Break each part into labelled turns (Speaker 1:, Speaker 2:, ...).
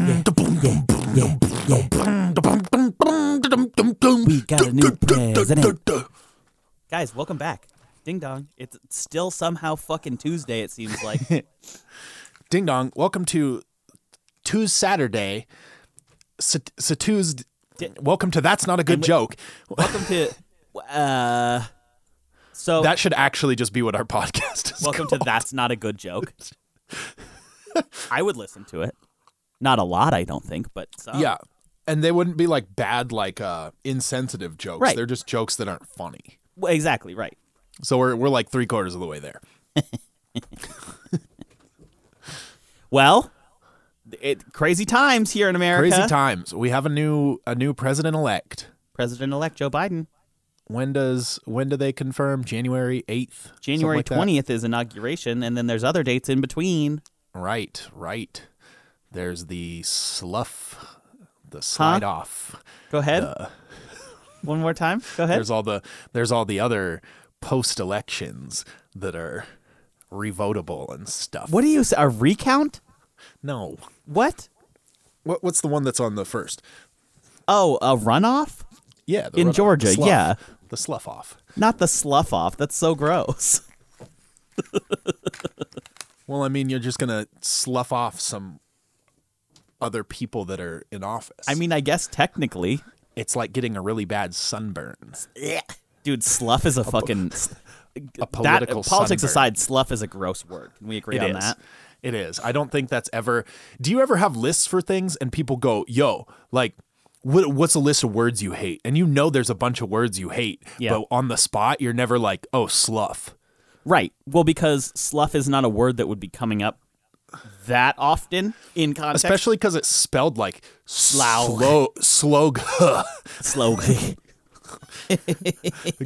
Speaker 1: Yeah, yeah. We got a new president.
Speaker 2: Guys, welcome back. Ding dong. It's still somehow fucking Tuesday, it seems like.
Speaker 3: Ding dong. Welcome to Tues Saturday. Sat- Satues.
Speaker 2: Di-
Speaker 3: Welcome to That's Not a Good
Speaker 2: And we-
Speaker 3: Joke.
Speaker 2: welcome to. Uh, so,
Speaker 3: That should actually just be what our podcast is.
Speaker 2: welcome to
Speaker 3: called.
Speaker 2: That's Not a Good Joke. I would listen to it. Not a lot, I don't think, but some.
Speaker 3: Yeah. And they wouldn't be like bad, like uh, insensitive jokes.
Speaker 2: Right.
Speaker 3: They're just jokes that aren't funny.
Speaker 2: Well, Exactly, right.
Speaker 3: So we're, we're like three quarters of the way there.
Speaker 2: Well, it, crazy times here in America.
Speaker 3: Crazy times. We have a new a new president elect.
Speaker 2: President elect Joe Biden.
Speaker 3: When does when do they confirm? January eighth,
Speaker 2: January 20th is inauguration, and then there's other dates in between.
Speaker 3: Right, right. There's the slough, the slide off.
Speaker 2: Go ahead. One more time. Go ahead.
Speaker 3: There's all the there's all the other post elections that are revotable and stuff.
Speaker 2: What do you say? A recount?
Speaker 3: No.
Speaker 2: What?
Speaker 3: What what's the one that's on the first?
Speaker 2: Oh, a runoff?
Speaker 3: Yeah, the
Speaker 2: In
Speaker 3: runoff, the
Speaker 2: Georgia,
Speaker 3: slough,
Speaker 2: yeah.
Speaker 3: the slough off.
Speaker 2: Not the slough off. That's so gross.
Speaker 3: Well, I mean, you're just gonna slough off some other people that are in office.
Speaker 2: I mean, I guess technically.
Speaker 3: it's like getting a really bad sunburn.
Speaker 2: Dude, slough is a fucking.
Speaker 3: A
Speaker 2: That, uh,
Speaker 3: political
Speaker 2: politics
Speaker 3: sunburn.
Speaker 2: aside, slough is a gross word. Can we agree
Speaker 3: It
Speaker 2: on
Speaker 3: is.
Speaker 2: that?
Speaker 3: It is. I don't think that's ever. Do you ever have lists for things and people go, "Yo, like, what, what's a list of words you hate?" And you know there's a bunch of words you hate,
Speaker 2: Yeah.
Speaker 3: but on the spot, you're never like, "Oh, slough."
Speaker 2: Right. Well, because slough is not a word that would be coming up that often in context.
Speaker 3: Especially because it's spelled like slow, slow.
Speaker 2: slowly.
Speaker 3: like,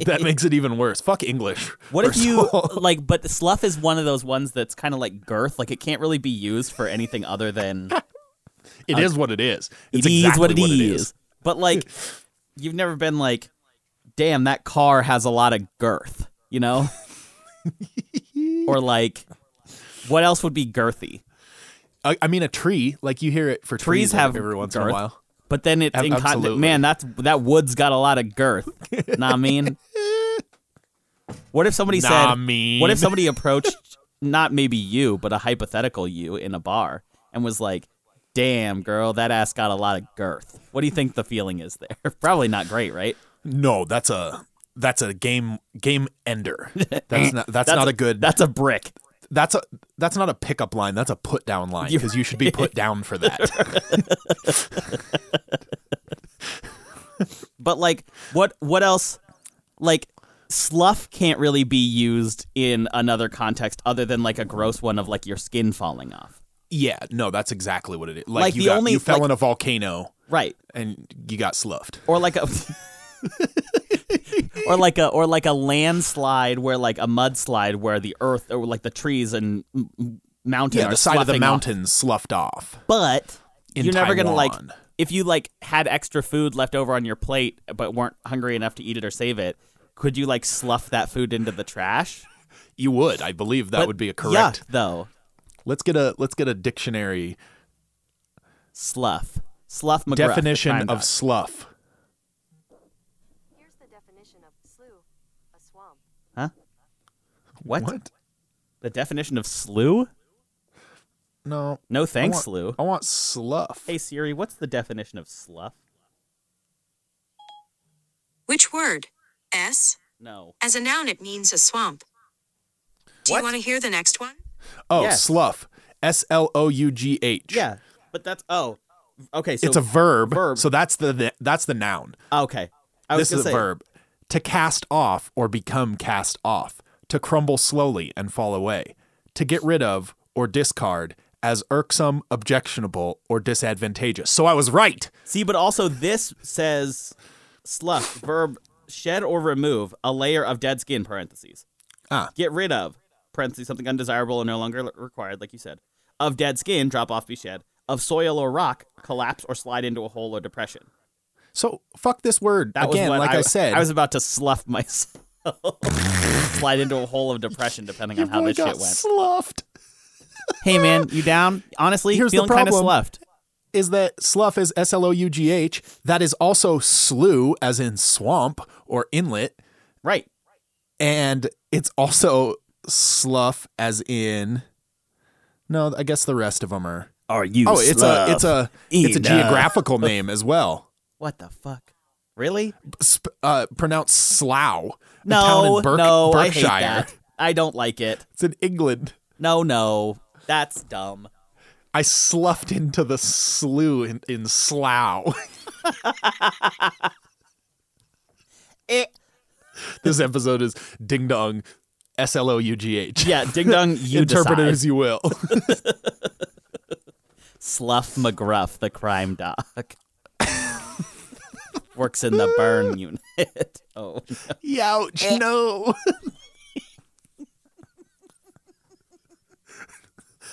Speaker 3: that makes it even worse. Fuck English.
Speaker 2: What if
Speaker 3: First of
Speaker 2: you
Speaker 3: all.
Speaker 2: like? But slough is one of those ones that's kind of like girth. Like it can't really be used for anything other than
Speaker 3: It is what it is. It's
Speaker 2: it is
Speaker 3: exactly
Speaker 2: what it is. But like, you've never been like, damn, that car has a lot of girth, you know? or like, what else would be girthy?
Speaker 3: I, I mean, a tree. Like you hear it for
Speaker 2: Trees have
Speaker 3: every once in
Speaker 2: girth.
Speaker 3: a while.
Speaker 2: But then it's
Speaker 3: Ab-
Speaker 2: in con-
Speaker 3: absolutely.
Speaker 2: man, that's that wood's got a lot of girth. nah, I mean, what if somebody
Speaker 3: Nah,
Speaker 2: said,
Speaker 3: mean.
Speaker 2: what if somebody approached not maybe you, but a hypothetical you in a bar and was like, damn, girl, that ass got a lot of girth. What do you think the feeling is there? Probably not great, right?
Speaker 3: No, that's a that's a game game ender. That's not that's, not a, good
Speaker 2: That's a brick.
Speaker 3: that's a that's not a pickup line. That's a put down line
Speaker 2: You're
Speaker 3: because you should be put down for that.
Speaker 2: But like, what what else? Like, slough can't really be used in another context other than like a gross one of like your skin falling off.
Speaker 3: yeah, no, that's exactly what it is. Like,
Speaker 2: Like,
Speaker 3: you,
Speaker 2: the
Speaker 3: got-
Speaker 2: only-
Speaker 3: you fell
Speaker 2: like-
Speaker 3: in a volcano
Speaker 2: Right.
Speaker 3: and you got sloughed.
Speaker 2: Or like a or like a or like a landslide where like a mudslide where the earth or like the trees and m- m- mountain
Speaker 3: Yeah,
Speaker 2: are
Speaker 3: the side of the
Speaker 2: sloughing off.
Speaker 3: mountain sloughed off.
Speaker 2: But
Speaker 3: In
Speaker 2: you're never gonna like
Speaker 3: Taiwan.
Speaker 2: if you like had extra food left over on your plate but weren't hungry enough to eat it or save it, could you like slough that food into the trash?
Speaker 3: You would, I believe, that
Speaker 2: But
Speaker 3: would be a
Speaker 2: yuck,
Speaker 3: correct.
Speaker 2: though.
Speaker 3: Let's get a let's get a dictionary
Speaker 2: Slough. Slough McGruff. the crime
Speaker 3: definition
Speaker 2: dog.
Speaker 3: of slough.
Speaker 4: Here's the definition of slough, a swamp.
Speaker 2: huh? What?
Speaker 3: What?
Speaker 2: The definition of slew?
Speaker 3: No,
Speaker 2: No
Speaker 3: I
Speaker 2: thanks,
Speaker 3: want-
Speaker 2: slew.
Speaker 3: I want slough.
Speaker 2: Hey Siri, what's the definition of slough?
Speaker 5: Which word? S?
Speaker 2: No.
Speaker 5: As a noun, it means a swamp. Do
Speaker 2: What?
Speaker 5: you want to hear the next one?
Speaker 3: Oh,
Speaker 2: Yes.
Speaker 3: slough. S L O U G H.
Speaker 2: Yeah, but that's oh, okay. So
Speaker 3: It's a verb,
Speaker 2: verb.
Speaker 3: So that's the, the that's the noun.
Speaker 2: okay. I was
Speaker 3: This
Speaker 2: gonna
Speaker 3: is
Speaker 2: say,
Speaker 3: a verb. To cast off or become cast off. To crumble slowly and fall away. To get rid of or discard as irksome, objectionable, or disadvantageous. So I was right.
Speaker 2: See, but also this says slough verb shed or remove a layer of dead skin parentheses
Speaker 3: Ah.
Speaker 2: get rid of parentheses something undesirable and no longer l- required like you said of dead skin drop off be shed of soil or rock collapse or slide into a hole or depression.
Speaker 3: So fuck this word
Speaker 2: That
Speaker 3: again.
Speaker 2: was what
Speaker 3: like I, said,
Speaker 2: I was about to slough myself. Slide into a hole of depression, depending on how
Speaker 3: boy
Speaker 2: this
Speaker 3: got
Speaker 2: shit went.
Speaker 3: sloughed.
Speaker 2: Hey man, you down? Honestly,
Speaker 3: Here's the
Speaker 2: feeling kind of
Speaker 3: problem.
Speaker 2: sloughed.
Speaker 3: is that slough is S L O U G H. That is also slough, as in swamp or inlet,
Speaker 2: Right.
Speaker 3: and it's also slough, as in. No, I guess the rest of them are.
Speaker 1: Are you?
Speaker 3: Oh, it's a it's a
Speaker 2: E,
Speaker 3: it's a
Speaker 1: Enough.
Speaker 3: geographical name as well.
Speaker 2: What the fuck? Really?
Speaker 3: Sp- uh, pronounced Slough. a town
Speaker 2: No,
Speaker 3: in Berk-
Speaker 2: no,
Speaker 3: Berkshire.
Speaker 2: I hate that. I don't like it.
Speaker 3: It's in England.
Speaker 2: No, no, that's dumb.
Speaker 3: I sloughed into the slough in, in Slough.
Speaker 2: Eh.
Speaker 3: this episode is Ding Dong, S L O U G H.
Speaker 2: Yeah, ding dong, you
Speaker 3: Interpret it
Speaker 2: decide.
Speaker 3: as you will.
Speaker 2: Slough McGruff, the crime doc, works in the burn unit. Oh,
Speaker 3: Youch,
Speaker 2: Eh.
Speaker 3: no.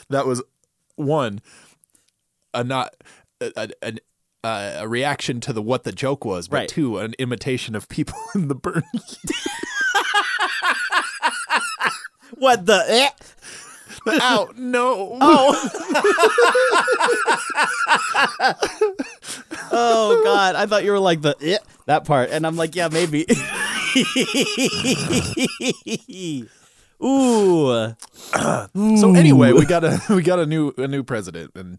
Speaker 3: that was one, a not a, a, an- uh, a reaction to the what the joke was, but
Speaker 2: Right.
Speaker 3: two, an imitation of people in the burn.
Speaker 2: what the? Eh?
Speaker 3: Out, no.
Speaker 2: Oh God, I thought you were like the eh, that part, and I'm like, yeah, maybe. Ooh,
Speaker 3: So anyway, we got a we got a new a new president, and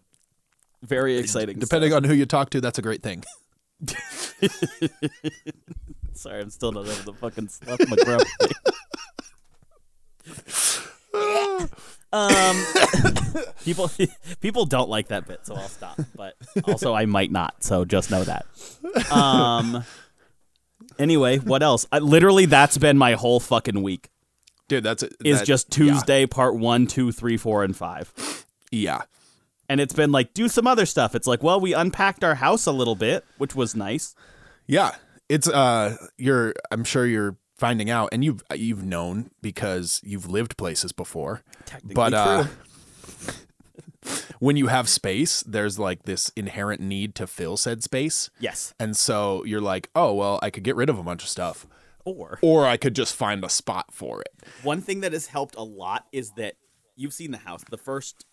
Speaker 2: very exciting.
Speaker 3: depending on who you talk to, that's a great thing.
Speaker 2: Sorry, I'm still not over the fucking Slough McGruff thing. um, people people don't like that bit, so I'll stop. But also, I might not, so just know that. Um. Anyway, what else? I, literally, that's been my whole fucking week.
Speaker 3: Dude, that's it.
Speaker 2: Is
Speaker 3: that-
Speaker 2: just
Speaker 3: yeah.
Speaker 2: Tuesday, part one, two, three, four, and five.
Speaker 3: Yeah.
Speaker 2: And it's been like, do some other stuff. It's like, well, we unpacked our house a little bit, which was nice.
Speaker 3: Yeah, it's uh, you're. I'm sure you're finding out, and you've you've known because you've lived places before.
Speaker 2: Technically
Speaker 3: but uh, when you have space, there's like this inherent need to fill said space,
Speaker 2: Yes.
Speaker 3: and so you're like, oh well, I could get rid of a bunch of stuff,
Speaker 2: Or
Speaker 3: or I could just find a spot for it.
Speaker 2: One thing that has helped a lot is that you've seen the house. The first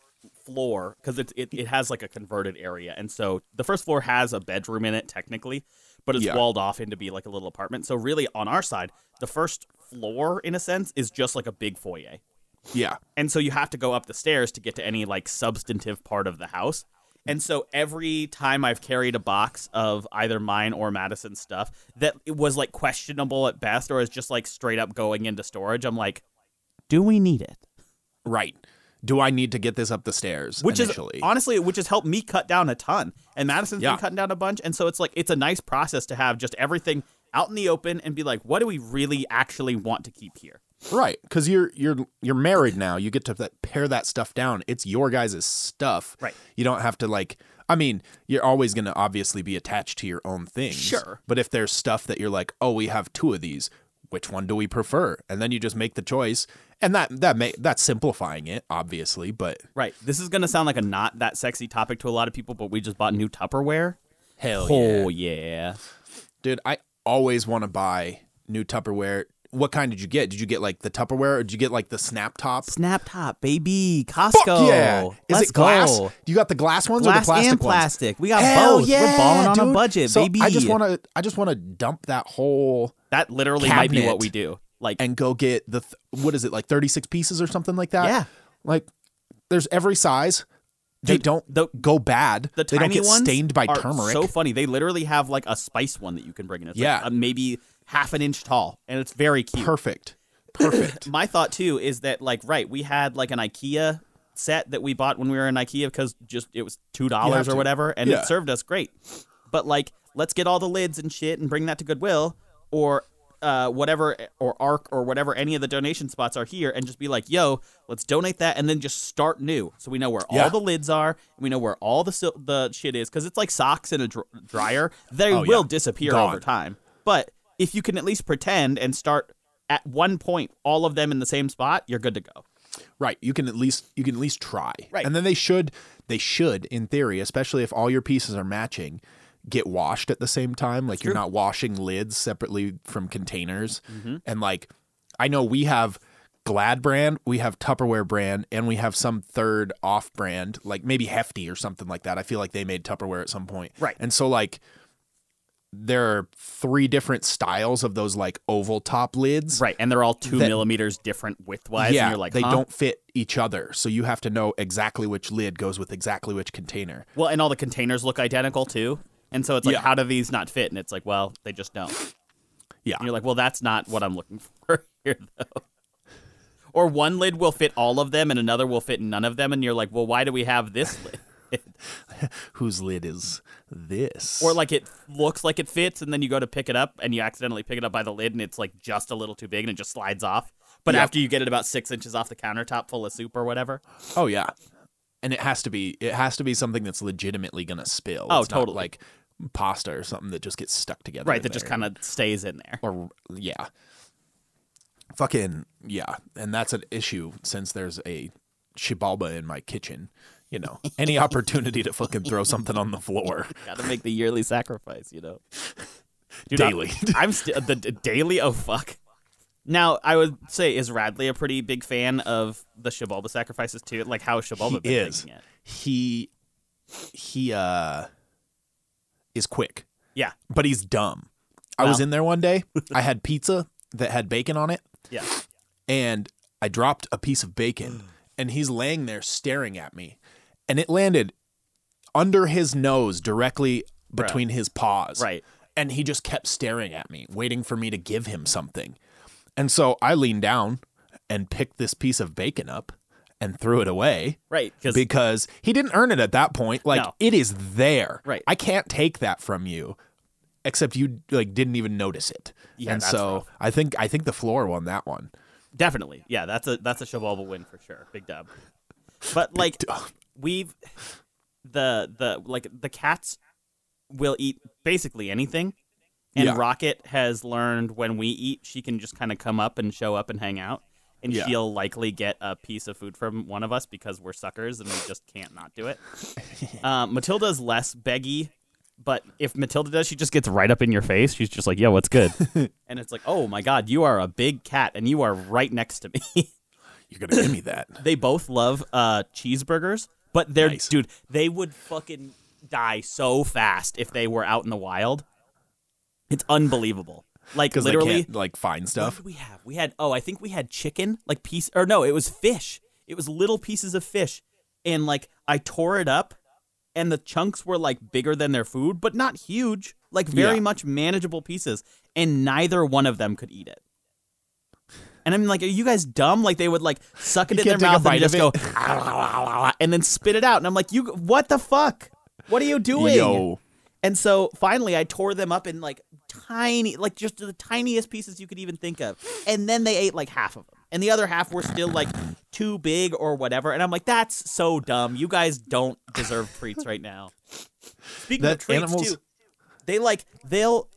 Speaker 2: floor, because it, it it has like a converted area, and so the first floor has a bedroom in it technically, but it's
Speaker 3: Yeah.
Speaker 2: walled off into be like a little apartment. So really, on our side, the first floor in a sense is just like a big foyer,
Speaker 3: Yeah,
Speaker 2: and so you have to go up the stairs to get to any like substantive part of the house. And so every time I've carried a box of either mine or Madison's stuff that it was like questionable at best or is just like straight up going into storage, I'm like, do we need it?
Speaker 3: right. Do I need to get this up the stairs?
Speaker 2: Which
Speaker 3: initially?
Speaker 2: is honestly, which has helped me cut down a ton. And Madison's
Speaker 3: Yeah.
Speaker 2: been cutting down a bunch. And so it's like, it's a nice process to have just everything out in the open and be like, what do we really actually want to keep here?
Speaker 3: Right, because you're you're you're married now. You get to that, pare that stuff down. It's your guys' stuff.
Speaker 2: Right.
Speaker 3: You don't have to like. I mean, you're always going to obviously be attached to your own things.
Speaker 2: Sure.
Speaker 3: But if there's stuff that you're like, oh, we have two of these. Which one do we prefer? And then you just make the choice, and that that may that's simplifying it, obviously. But
Speaker 2: Right. This is going to sound like a not that sexy topic to a lot of people, but we just bought new Tupperware.
Speaker 3: hell
Speaker 2: Oh yeah.
Speaker 3: dude, I always want to buy new Tupperware. What kind did you get? Did you get like the Tupperware, or did you get like the snap top?
Speaker 2: Snap top, baby. Costco.
Speaker 3: Fuck yeah! Is
Speaker 2: Let's
Speaker 3: it glass?
Speaker 2: go.
Speaker 3: You got the glass ones or the
Speaker 2: Glass
Speaker 3: plastic
Speaker 2: and
Speaker 3: ones?
Speaker 2: plastic. We got
Speaker 3: Hell
Speaker 2: both.
Speaker 3: yeah,
Speaker 2: We're balling on a
Speaker 3: dude.
Speaker 2: budget,
Speaker 3: So
Speaker 2: baby.
Speaker 3: I just want to. I just want to dump that whole
Speaker 2: that literally might be what
Speaker 3: cabinet
Speaker 2: we do. Like
Speaker 3: and go get the th- what is it like thirty six pieces or something like that.
Speaker 2: Yeah.
Speaker 3: like there's every size. They
Speaker 2: Dude,
Speaker 3: don't
Speaker 2: the-
Speaker 3: go bad.
Speaker 2: the
Speaker 3: they
Speaker 2: tiny
Speaker 3: don't get
Speaker 2: ones
Speaker 3: stained by
Speaker 2: are
Speaker 3: turmeric.
Speaker 2: So funny. They literally have like a spice one that you can bring in. It's like,
Speaker 3: Yeah.
Speaker 2: uh, maybe half an inch tall, and it's very cute.
Speaker 3: perfect, perfect.
Speaker 2: My thought too is that like right, we had like an IKEA set that we bought when we were in IKEA because just it was two dollars or
Speaker 3: to.
Speaker 2: whatever, and
Speaker 3: Yeah.
Speaker 2: it served us great. But like, let's get all the lids and shit and bring that to Goodwill or uh, whatever or Arc or whatever any of the donation spots are here, and just be like, yo, let's donate that, and then just start new, so we know where
Speaker 3: Yeah.
Speaker 2: all the lids are, and we know where all the sil- the shit is, because it's like socks in a dr- dryer. They
Speaker 3: Oh, yeah.
Speaker 2: will disappear
Speaker 3: Gone.
Speaker 2: over time. But if you can at least pretend and start at one point all of them in the same spot, you're good to go.
Speaker 3: Right. You can at least you can at least try.
Speaker 2: Right.
Speaker 3: And then they should they should in theory, especially if all your pieces are matching, get washed at the same time. Like you're
Speaker 2: Mm-hmm.
Speaker 3: not washing lids separately from containers. And like I know we have Glad brand, we have Tupperware brand, and we have some third off brand, like maybe Hefty or something like that. I feel like they made Tupperware at some point.
Speaker 2: Right.
Speaker 3: And so, like, there are three different styles of those, like, oval top lids.
Speaker 2: Right, and they're all two
Speaker 3: That-
Speaker 2: millimeters different width wise,
Speaker 3: yeah.
Speaker 2: and you're like,
Speaker 3: they
Speaker 2: huh?
Speaker 3: don't fit each other. So you have to know exactly which lid goes with exactly which container.
Speaker 2: Well, and all the containers look identical too, and so it's like,
Speaker 3: Yeah.
Speaker 2: how do these not fit? And it's like, well, they just don't.
Speaker 3: Yeah.
Speaker 2: And you're like, well, that's not what I'm looking for here, though. Or one lid will fit all of them, and another will fit none of them, and you're like, well, why do we have this lid?
Speaker 3: Whose lid is this?
Speaker 2: Or like it looks like it fits, and then you go to pick it up, and you accidentally pick it up by the lid, and it's like just a little too big, and it just slides off. But
Speaker 3: Yep.
Speaker 2: after you get it about six inches off the countertop, full of soup or whatever,
Speaker 3: Oh yeah, and it has to be it has to be something that's legitimately gonna spill.
Speaker 2: Oh,
Speaker 3: It's not
Speaker 2: totally.
Speaker 3: like pasta or something that just gets stuck together.
Speaker 2: right?
Speaker 3: in
Speaker 2: That just
Speaker 3: there.
Speaker 2: kind of stays in there.
Speaker 3: or yeah, fucking yeah, and that's an issue since there's a shibalba in my kitchen. You know, any opportunity to fucking throw something on the floor.
Speaker 2: Got to make the yearly sacrifice, you know.
Speaker 3: Daily.
Speaker 2: I, am still the d- daily. Oh fuck. Now I would say is Radley a pretty big fan of the Shibalba sacrifices too? Like how has Shibalba
Speaker 3: he
Speaker 2: been
Speaker 3: is.
Speaker 2: taking it?
Speaker 3: He he uh is quick.
Speaker 2: Yeah,
Speaker 3: but he's dumb. I was
Speaker 2: Wow.
Speaker 3: in there one day. I had pizza that had bacon on it,
Speaker 2: yeah.
Speaker 3: and I dropped a piece of bacon, and he's laying there staring at me, and it landed under his nose directly between his paws.
Speaker 2: Right.
Speaker 3: And he just kept staring at me, waiting for me to give him something. And so I leaned down and picked this piece of bacon up and threw it away
Speaker 2: Right, because
Speaker 3: because he didn't earn it at that point. Like
Speaker 2: No.
Speaker 3: it is there.
Speaker 2: Right.
Speaker 3: I can't take that from you. Except you like didn't even notice it.
Speaker 2: Yeah,
Speaker 3: and
Speaker 2: that's
Speaker 3: so
Speaker 2: rough.
Speaker 3: I think I think the floor won that one.
Speaker 2: definitely, yeah. That's a that's a Shibalba win for sure. Big dub. But like we've the the like the cats will eat basically anything, and
Speaker 3: Yeah.
Speaker 2: Rocket has learned when we eat, she can just kind of come up and show up and hang out, and
Speaker 3: Yeah.
Speaker 2: she'll likely get a piece of food from one of us because we're suckers and we just can't not do it. um, Matilda's less beggy, but if Matilda does, she just gets right up in your face. She's just like, "Yo, what's good?" and it's like, "Oh my god, you are a big cat, and you are right next to me."
Speaker 3: You're gonna give me that.
Speaker 2: they both love uh, cheeseburgers, but they're
Speaker 3: Nice.
Speaker 2: dude, they would fucking die so fast if they were out in the wild. It's unbelievable. Like
Speaker 3: Because they
Speaker 2: literally,
Speaker 3: can't like find
Speaker 2: what
Speaker 3: stuff.
Speaker 2: did we have? We had oh, I think we had chicken, like piece or no, it was fish. It was little pieces of fish, and like I tore it up, and the chunks were like bigger than their food, but not huge. Like very
Speaker 3: Yeah.
Speaker 2: much manageable pieces, and neither one of them could eat it. And I'm like, are you guys dumb? Like they would like suck it
Speaker 3: You
Speaker 2: in their
Speaker 3: can't take a
Speaker 2: mouth and
Speaker 3: bite of
Speaker 2: just go, "Ah, and then spit it out. And I'm like, you, what the fuck? What are you doing?
Speaker 3: Yo.
Speaker 2: And so finally, I tore them up in like tiny, like just the tiniest pieces you could even think of. And then they ate like half of them. And the other half were still like too big or whatever. And I'm like, that's so dumb. You guys don't deserve treats right now. Speaking
Speaker 3: That
Speaker 2: of treats,
Speaker 3: animals-
Speaker 2: too, they like, they'll,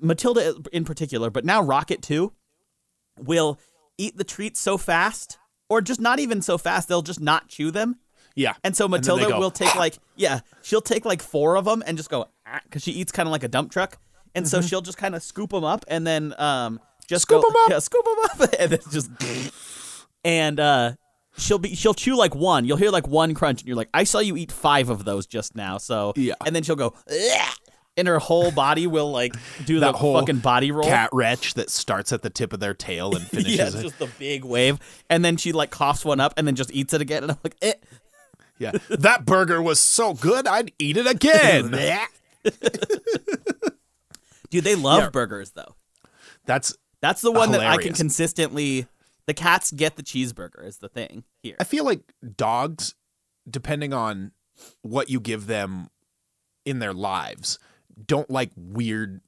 Speaker 2: Matilda in particular, but now Rocket too, will eat the treats so fast or just not even so fast, they'll just not chew them.
Speaker 3: Yeah.
Speaker 2: And so
Speaker 3: then they
Speaker 2: Matilda
Speaker 3: go,
Speaker 2: will take like yeah, she'll take like four of them and just go because she eats kind of like a dump truck, and so she'll just kind of scoop them up and then um just
Speaker 3: Mm-hmm. Scoop
Speaker 2: go-
Speaker 3: 'em up.
Speaker 2: yeah, scoop them up, and then just and uh she'll be she'll chew like one, you'll hear like one crunch, and you're like I saw you eat five of those just now, so
Speaker 3: Yeah.
Speaker 2: and then she'll go. "Ugh," And her whole body will like do
Speaker 3: That
Speaker 2: the
Speaker 3: whole
Speaker 2: fucking body roll.
Speaker 3: Cat wretch that starts at the tip of their tail and
Speaker 2: yeah,
Speaker 3: finishes
Speaker 2: it's
Speaker 3: it.
Speaker 2: just the big wave, and then she like coughs one up, and then just eats it again. And I'm like, eh.
Speaker 3: Yeah. That burger was so good, I'd eat it again.
Speaker 2: dude, they love
Speaker 3: Yeah.
Speaker 2: burgers though.
Speaker 3: That's
Speaker 2: That's the one that I can
Speaker 3: Hilarious.
Speaker 2: consistently. The cats get the cheeseburger is the thing here.
Speaker 3: I feel like dogs, depending on what you give them in their lives, don't like weird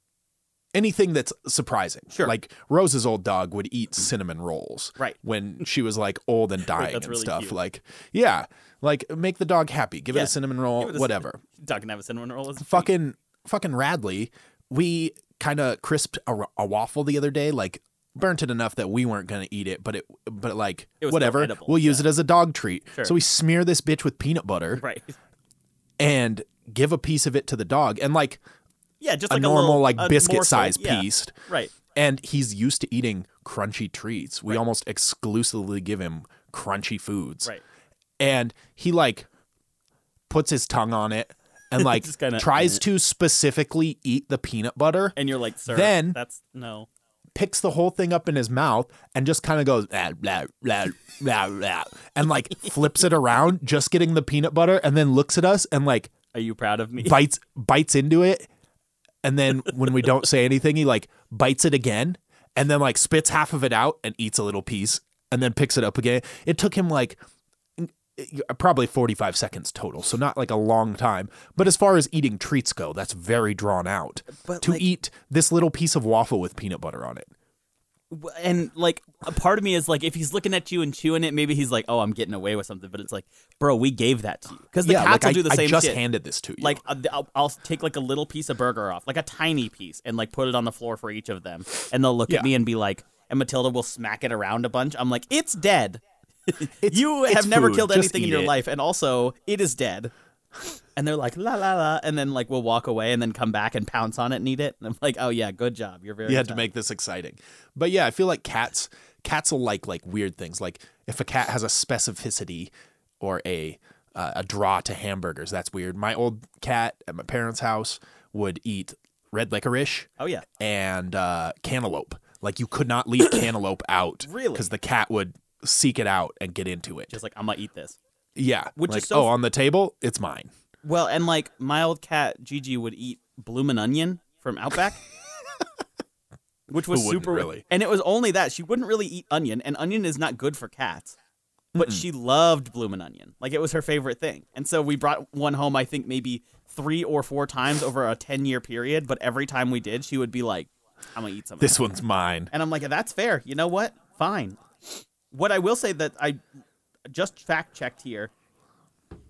Speaker 3: anything that's surprising.
Speaker 2: Sure.
Speaker 3: Like Rose's old dog would eat cinnamon rolls.
Speaker 2: Right.
Speaker 3: When she was like old and dying
Speaker 2: that's
Speaker 3: and
Speaker 2: really
Speaker 3: stuff.
Speaker 2: cute.
Speaker 3: Like, yeah. Like make the dog happy. Give it
Speaker 2: Yeah.
Speaker 3: a cinnamon roll,
Speaker 2: Give it a
Speaker 3: whatever
Speaker 2: Dog can have a cinnamon roll. As a treat.
Speaker 3: fucking fucking Radley, we kind of crisped a, a waffle the other day, like burnt it enough that we weren't gonna eat it, but it but like
Speaker 2: It was still
Speaker 3: whatever,
Speaker 2: edible,
Speaker 3: we'll use
Speaker 2: yeah.
Speaker 3: it as a dog treat.
Speaker 2: Sure.
Speaker 3: So we smear this bitch with peanut butter
Speaker 2: right.
Speaker 3: and give a piece of it to the dog, and like
Speaker 2: Yeah, just
Speaker 3: a
Speaker 2: like
Speaker 3: normal
Speaker 2: little-
Speaker 3: like
Speaker 2: a
Speaker 3: biscuit
Speaker 2: morsel,
Speaker 3: size
Speaker 2: yeah.
Speaker 3: piece.
Speaker 2: Right.
Speaker 3: And he's used to eating crunchy treats. We almost exclusively give him crunchy foods.
Speaker 2: Right.
Speaker 3: And he like puts his tongue on it and like
Speaker 2: Just kinda-
Speaker 3: tries to specifically eat the peanut butter
Speaker 2: And you're like, sir,
Speaker 3: Then-
Speaker 2: that's no.
Speaker 3: picks the whole thing up in his mouth and just kind of goes "Ah, blah, blah, blah, blah," and like flips it around, just getting the peanut butter, and then looks at us and like
Speaker 2: Are you proud of me?
Speaker 3: bites bites into it, and then when we don't say anything, he like bites it again, and then like spits half of it out and eats a little piece, and then picks it up again. It took him like uh, probably 45 seconds total so not like a long time but as far as eating treats go that's very drawn out
Speaker 2: But,
Speaker 3: to
Speaker 2: like-
Speaker 3: eat this little piece of waffle with peanut butter on it
Speaker 2: W- And like, a part of me is like, if he's looking at you and chewing it, maybe he's like, oh, I'm getting away with something. But it's like, bro, we gave that to you because the cats
Speaker 3: like,
Speaker 2: will
Speaker 3: I,
Speaker 2: do the
Speaker 3: I
Speaker 2: same
Speaker 3: just
Speaker 2: shit.
Speaker 3: handed this to you.
Speaker 2: like uh, th- I'll, I'll take like a little piece of burger off, like a tiny piece, and like put it on the floor for each of them, and they'll look
Speaker 3: Yeah.
Speaker 2: at me and be like, and Matilda will smack it around a bunch. I'm like, it's dead. you
Speaker 3: it's
Speaker 2: have never
Speaker 3: food.
Speaker 2: killed
Speaker 3: Just
Speaker 2: anything in
Speaker 3: eat
Speaker 2: your
Speaker 3: it."
Speaker 2: life, and also it is dead. And they're like la la la, and then like we'll walk away and then come back and pounce on it and eat it. And I'm like, oh yeah, good job. You're very
Speaker 3: you had to
Speaker 2: tough."
Speaker 3: make this exciting. But yeah, I feel like cats cats will like like weird things. Like if a cat has a specificity or a uh, a draw to hamburgers, that's weird. My old cat at my parents' house would eat red licorice
Speaker 2: oh yeah.
Speaker 3: and uh, cantaloupe. Like you could not leave cantaloupe out,
Speaker 2: Really?
Speaker 3: because the cat would seek it out and get into it.
Speaker 2: Just like I'm gonna eat this.
Speaker 3: yeah,
Speaker 2: Which is
Speaker 3: like,
Speaker 2: so-
Speaker 3: oh, on the table, it's mine.
Speaker 2: Well, and like my old cat Gigi would eat bloomin' onion from Outback, which was
Speaker 3: Who wouldn't,
Speaker 2: super.
Speaker 3: really?
Speaker 2: And it was only that she wouldn't really eat onion, and onion is not good for cats. But
Speaker 3: Mm.
Speaker 2: she loved bloomin' onion, like it was her favorite thing. And so we brought one home, I think maybe three or four times over a ten-year period. But every time we did, she would be like, "I'm gonna eat something."
Speaker 3: This one's mine.
Speaker 2: And I'm like, that's fair. You know what? Fine. What I will say that I just fact checked here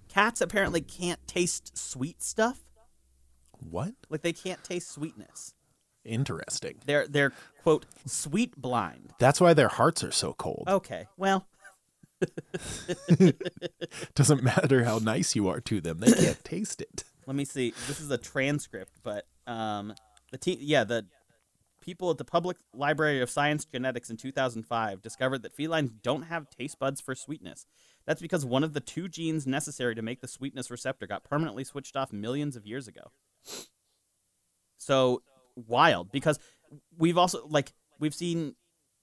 Speaker 2: cats apparently can't taste sweet stuff.
Speaker 3: What?
Speaker 2: Like they can't taste sweetness.
Speaker 3: Interesting.
Speaker 2: They're they're quote sweet blind.
Speaker 3: That's why their hearts are so cold.
Speaker 2: Okay. Well,
Speaker 3: Doesn't matter how nice you are to them; they can't taste it.
Speaker 2: let me see. This is a transcript, but um the te- yeah, the people at the Public Library of Science Genetics in 2005 discovered that felines don't have taste buds for sweetness. That's because one of the two genes necessary to make the sweetness receptor got permanently switched off millions of years ago. So wild because we've also like we've seen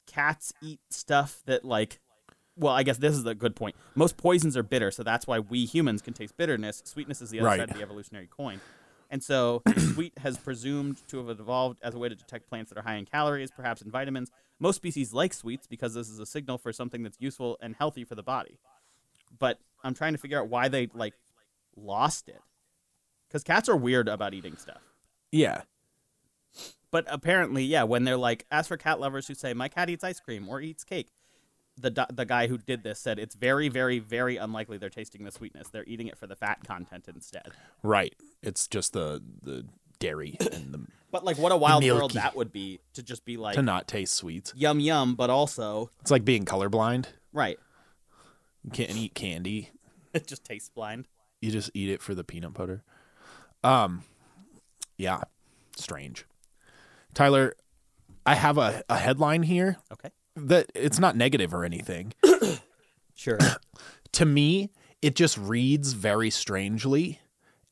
Speaker 2: cats eat stuff that like well, I guess this is a good point. Most poisons are bitter, so that's why we humans can taste bitterness. Sweetness is the other
Speaker 3: Right.
Speaker 2: side of the evolutionary coin. And so, sweet has presumed to have evolved as a way to detect plants that are high in calories, perhaps in vitamins. Most species like sweets because this is a signal for something that's useful and healthy for the body. But I'm trying to figure out why they like lost it. Cuz cats are weird about eating stuff.
Speaker 3: Yeah,
Speaker 2: But apparently, yeah, when they're like, as for cat lovers who say my cat eats ice cream or eats cake, the do- the guy who did this said it's very, very, very unlikely they're tasting the sweetness. They're eating it for the fat content instead.
Speaker 3: right. It's just the the dairy and the
Speaker 2: But like, what a wild world
Speaker 3: Milky.
Speaker 2: that would be to just be like
Speaker 3: to not taste sweets.
Speaker 2: yum yum, but also
Speaker 3: It's like being colorblind.
Speaker 2: right,
Speaker 3: You can't eat candy.
Speaker 2: it just tastes blind.
Speaker 3: You just eat it for the peanut butter. Um, yeah, strange. Tyler, I have a, a headline here
Speaker 2: Okay,
Speaker 3: that it's not negative or anything.
Speaker 2: sure.
Speaker 3: to me, it just reads very strangely,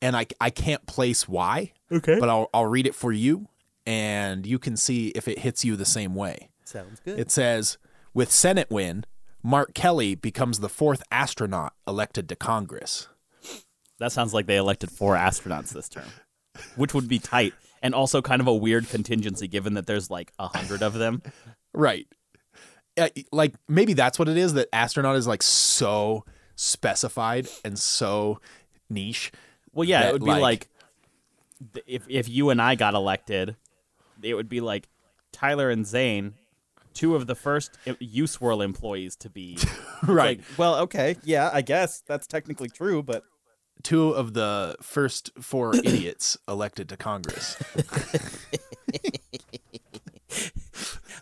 Speaker 3: and I I can't place why.
Speaker 2: Okay.
Speaker 3: But I'll I'll read it for you, and you can see if it hits you the same way.
Speaker 2: Sounds good.
Speaker 3: It says, with Senate win, Mark Kelly becomes the fourth astronaut elected to Congress.
Speaker 2: That sounds like they elected four astronauts this term, which would be tight and also kind of a weird contingency given that there's like a hundred of them.
Speaker 3: Right. Uh, like maybe that's what it is that astronaut is like so specified and so niche.
Speaker 2: Well, yeah,
Speaker 3: that,
Speaker 2: it would be
Speaker 3: like-
Speaker 2: like, th- if if you and I got elected, it would be like Tyler and Zane, two of the first i- USwirl employees to be. It's
Speaker 3: Right.
Speaker 2: like, well, okay, yeah, I guess that's technically true, but
Speaker 3: Two of the first four idiots elected to Congress.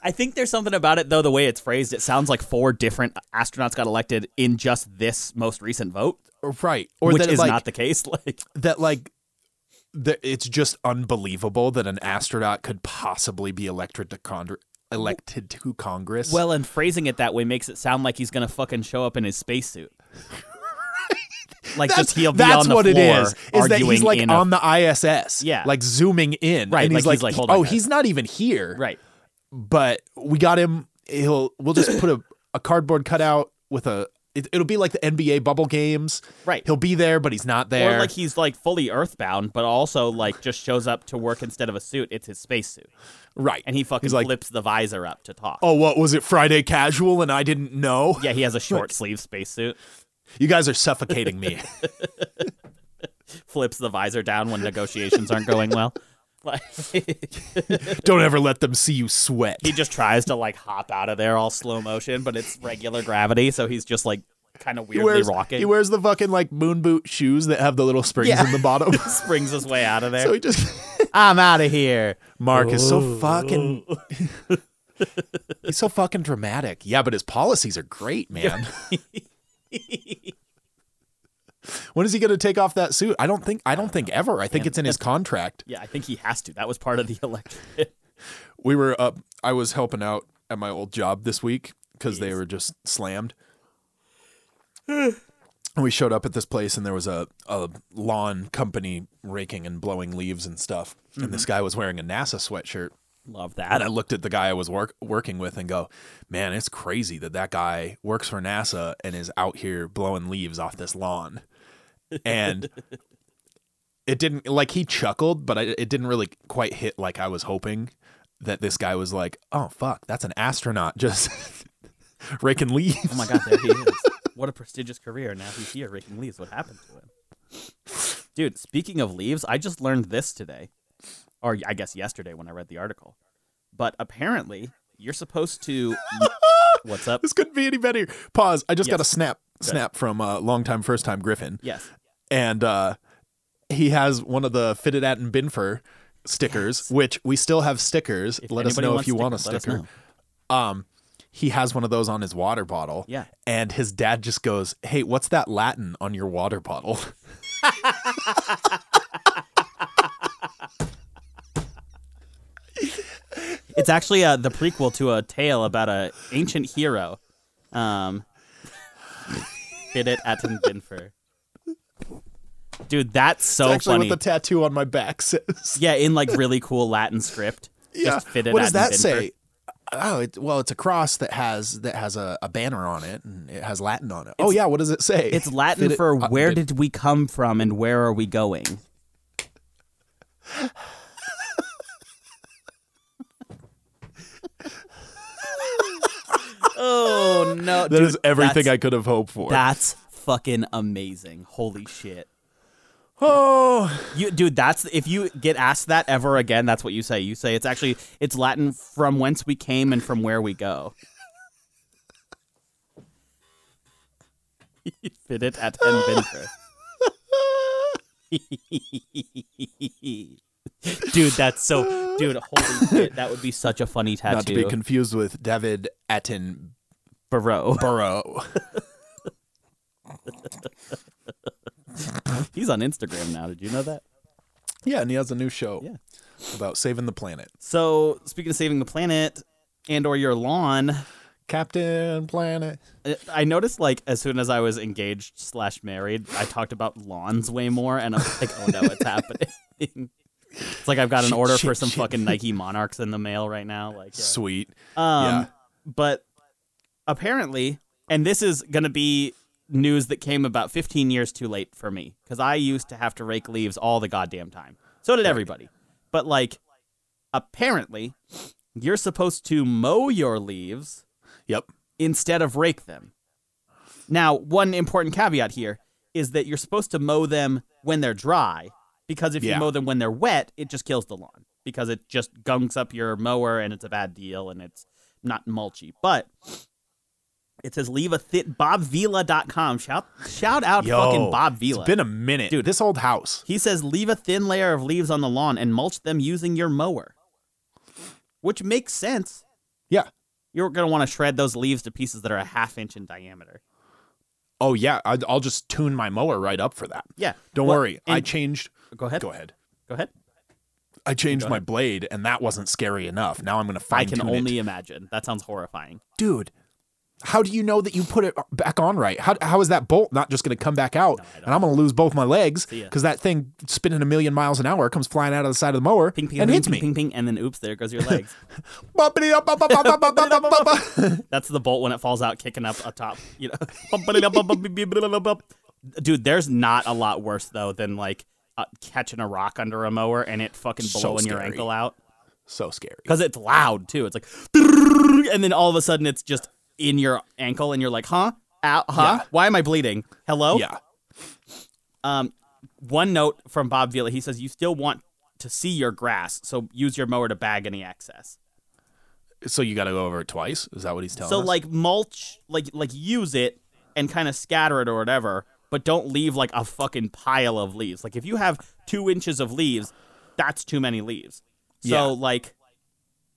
Speaker 2: I think there's something about it though. The way it's phrased, it sounds like four different astronauts got elected in just this most recent vote,
Speaker 3: Right. Or
Speaker 2: which
Speaker 3: that
Speaker 2: is
Speaker 3: like
Speaker 2: not the case. Like,
Speaker 3: that like the, it's just unbelievable that an astronaut could possibly be elected to Congre- elected to Congress.
Speaker 2: Well, and phrasing it that way makes it sound like he's gonna fucking show up in his spacesuit. Like just he'll be
Speaker 3: that's
Speaker 2: on the
Speaker 3: what it
Speaker 2: floor
Speaker 3: is. Is that he's
Speaker 2: arguing
Speaker 3: like
Speaker 2: in a-
Speaker 3: on the ISS,
Speaker 2: Yeah.
Speaker 3: like zooming in,
Speaker 2: Right,
Speaker 3: And he's
Speaker 2: like he's
Speaker 3: like,
Speaker 2: like, hold on,
Speaker 3: oh,
Speaker 2: guys."
Speaker 3: he's not even here,
Speaker 2: right.
Speaker 3: But we got him. He'll we'll just put a, a cardboard cutout with a. It, it'll be like the NBA bubble games,
Speaker 2: Right.
Speaker 3: He'll be there, but he's not there.
Speaker 2: Or like he's like fully earthbound, but also like just shows up to work instead of a suit. It's his spacesuit,
Speaker 3: right,
Speaker 2: and he fucking
Speaker 3: he's like,
Speaker 2: flips the visor up to talk.
Speaker 3: oh, what was it? Friday casual, and I didn't know.
Speaker 2: Yeah, he has a short sleeve spacesuit.
Speaker 3: You guys are suffocating me.
Speaker 2: Flips the visor down when negotiations aren't going well. Like,
Speaker 3: Don't ever let them see you sweat.
Speaker 2: he just tries to like hop out of there all slow motion, but it's regular gravity, so he's just like kind of
Speaker 3: He
Speaker 2: weirdly
Speaker 3: wears,
Speaker 2: rocking.
Speaker 3: he wears the fucking like moon boot shoes that have the little springs in the bottom.
Speaker 2: springs his way out of there.
Speaker 3: so he just
Speaker 2: I'm out of here.
Speaker 3: Mark is so fucking Oh. He's so fucking dramatic. Yeah, but his policies are great, man. when is he going to take off that suit? I don't think I don't think ever. I think it's in his contract.
Speaker 2: Yeah, I think he has to. That was part of the election.
Speaker 3: We were up I was helping out at my old job this week cuz they were just slammed. And we showed up at this place and there was a, a lawn company raking and blowing leaves and stuff. And this guy was wearing a NASA sweatshirt.
Speaker 2: Love
Speaker 3: And I
Speaker 2: that.
Speaker 3: looked at the guy I was work, working with and go, man, it's crazy that that guy works for NASA and is out here blowing leaves off this lawn. And it didn't like he chuckled, but I, it didn't really quite hit like I was hoping that this guy was like, oh, fuck, that's an astronaut just raking leaves.
Speaker 2: Oh my god, there he is. What a prestigious career. Now he's here raking leaves. What happened to him? Dude, speaking of leaves, I just learned this today. Or I guess yesterday when I read the article. But apparently, you're supposed to What's up?
Speaker 3: This couldn't be any better. Pause. I just got a
Speaker 2: Yes.
Speaker 3: snap snap from uh, longtime, first time Griffin.
Speaker 2: Yes.
Speaker 3: and uh, he has one of the fitted at and Binfer stickers, which we still have stickers.
Speaker 2: If
Speaker 3: let us
Speaker 2: anybody
Speaker 3: know if
Speaker 2: wants
Speaker 3: you want a
Speaker 2: stickers, let us
Speaker 3: sticker. Um, he has one of those on his water bottle.
Speaker 2: Yeah.
Speaker 3: and his dad just goes, "Hey, what's that Latin on your water bottle?"
Speaker 2: It's actually uh, the prequel to a tale about a ancient hero. Um, hit it at Binfer. Dude, that's so
Speaker 3: That's actually
Speaker 2: funny.
Speaker 3: what the tattoo on my back says.
Speaker 2: yeah, in like really cool Latin script. Just fit it
Speaker 3: what
Speaker 2: at
Speaker 3: does that
Speaker 2: Binfer.
Speaker 3: say? Oh, it, well, it's a cross that has that has a, a banner on it, and it has Latin on it. oh yeah, what does it say?
Speaker 2: It's Latin
Speaker 3: Fit it
Speaker 2: for
Speaker 3: at
Speaker 2: where
Speaker 3: Bin-
Speaker 2: did we come from and where are we going? oh no.
Speaker 3: That is everything
Speaker 2: that's-
Speaker 3: I could have hoped for.
Speaker 2: That's fucking amazing. Holy shit.
Speaker 3: oh,
Speaker 2: You dude, that's if you get asked that ever again, that's what you say. You say it's actually it's Latin from whence we came and from where we go. Fit it at ten dude, that's so dude, holy shit, that would be such a funny tattoo.
Speaker 3: Not to be confused with David Attenborough.
Speaker 2: Barreau. He's on Instagram now. Did you know that?
Speaker 3: yeah, and he has a new show
Speaker 2: Yeah.
Speaker 3: about saving the planet.
Speaker 2: So speaking of saving the planet and or your lawn,
Speaker 3: Captain Planet.
Speaker 2: I- I noticed like as soon as I was engaged slash married, I talked about lawns way more, and I was like, oh no, it's happening. It's like I've got an
Speaker 3: Shit,
Speaker 2: order
Speaker 3: shit,
Speaker 2: for some
Speaker 3: shit.
Speaker 2: fucking Nike Monarchs in the mail right now. Like, yeah.
Speaker 3: Sweet.
Speaker 2: um,
Speaker 3: yeah.
Speaker 2: but apparently, and this is gonna be news that came about 15 years too late for me because I used to have to rake leaves all the goddamn time. So did everybody. But like, apparently, you're supposed to mow your leaves
Speaker 3: Yep.
Speaker 2: instead of rake them. Now, one important caveat here is that you're supposed to mow them when they're dry, because if
Speaker 3: Yeah.
Speaker 2: you mow them when they're wet, it just kills the lawn because it just gunks up your mower and it's a bad deal and it's not mulchy. But it says leave a thick bobvila.com. Shout shout out
Speaker 3: Yo,
Speaker 2: fucking Bob Vila.
Speaker 3: It's been a minute.
Speaker 2: Dude.
Speaker 3: this old house.
Speaker 2: He says leave a thin layer of leaves on the lawn and mulch them using your mower. Which makes sense
Speaker 3: Yeah.
Speaker 2: you're going to want to shred those leaves to pieces that are a half inch in diameter.
Speaker 3: Oh, yeah. I, I'll just tune my mower right up for that.
Speaker 2: Yeah.
Speaker 3: Don't
Speaker 2: Well,
Speaker 3: worry. I
Speaker 2: and-
Speaker 3: changed.
Speaker 2: Go ahead.
Speaker 3: Go ahead.
Speaker 2: Go ahead.
Speaker 3: I changed my blade, and that wasn't scary enough. Now I'm going to
Speaker 2: I
Speaker 3: fine
Speaker 2: can
Speaker 3: tune
Speaker 2: only
Speaker 3: it.
Speaker 2: imagine. That sounds horrifying.
Speaker 3: dude. How do you know that you put it back on right? How, how is that bolt not just going to come back out? and I'm going to lose both my legs
Speaker 2: ya.
Speaker 3: because that thing spinning a million miles an hour comes flying out of the side of the mower
Speaker 2: Ping, ping,
Speaker 3: and
Speaker 2: ping,
Speaker 3: hits
Speaker 2: ping,
Speaker 3: me.
Speaker 2: Ping, ping, and then oops, there goes your legs.
Speaker 3: Bumpity up, up, up, up, up, up, up, up, up, up.
Speaker 2: That's the bolt when it falls out, kicking up atop. You know, dude. There's not a lot worse though than like uh, catching a rock under a mower and it fucking
Speaker 3: So
Speaker 2: blowing your
Speaker 3: scary.
Speaker 2: ankle out
Speaker 3: So scary.
Speaker 2: because it's loud too. It's like, and then all of a sudden it's just in your ankle and you're like, huh, Ow, huh?
Speaker 3: Yeah.
Speaker 2: Why am I bleeding? Hello.
Speaker 3: Yeah.
Speaker 2: Um, one note from Bob Vila. He says you still want to see your grass, so use your mower to bag any excess.
Speaker 3: So you got to go over it twice? Is that what he's telling
Speaker 2: So
Speaker 3: us?
Speaker 2: like mulch, like like use it and kind of scatter it or whatever, but don't leave like a fucking pile of leaves. Like if you have two inches of leaves, that's too many leaves. So
Speaker 3: Yeah.
Speaker 2: like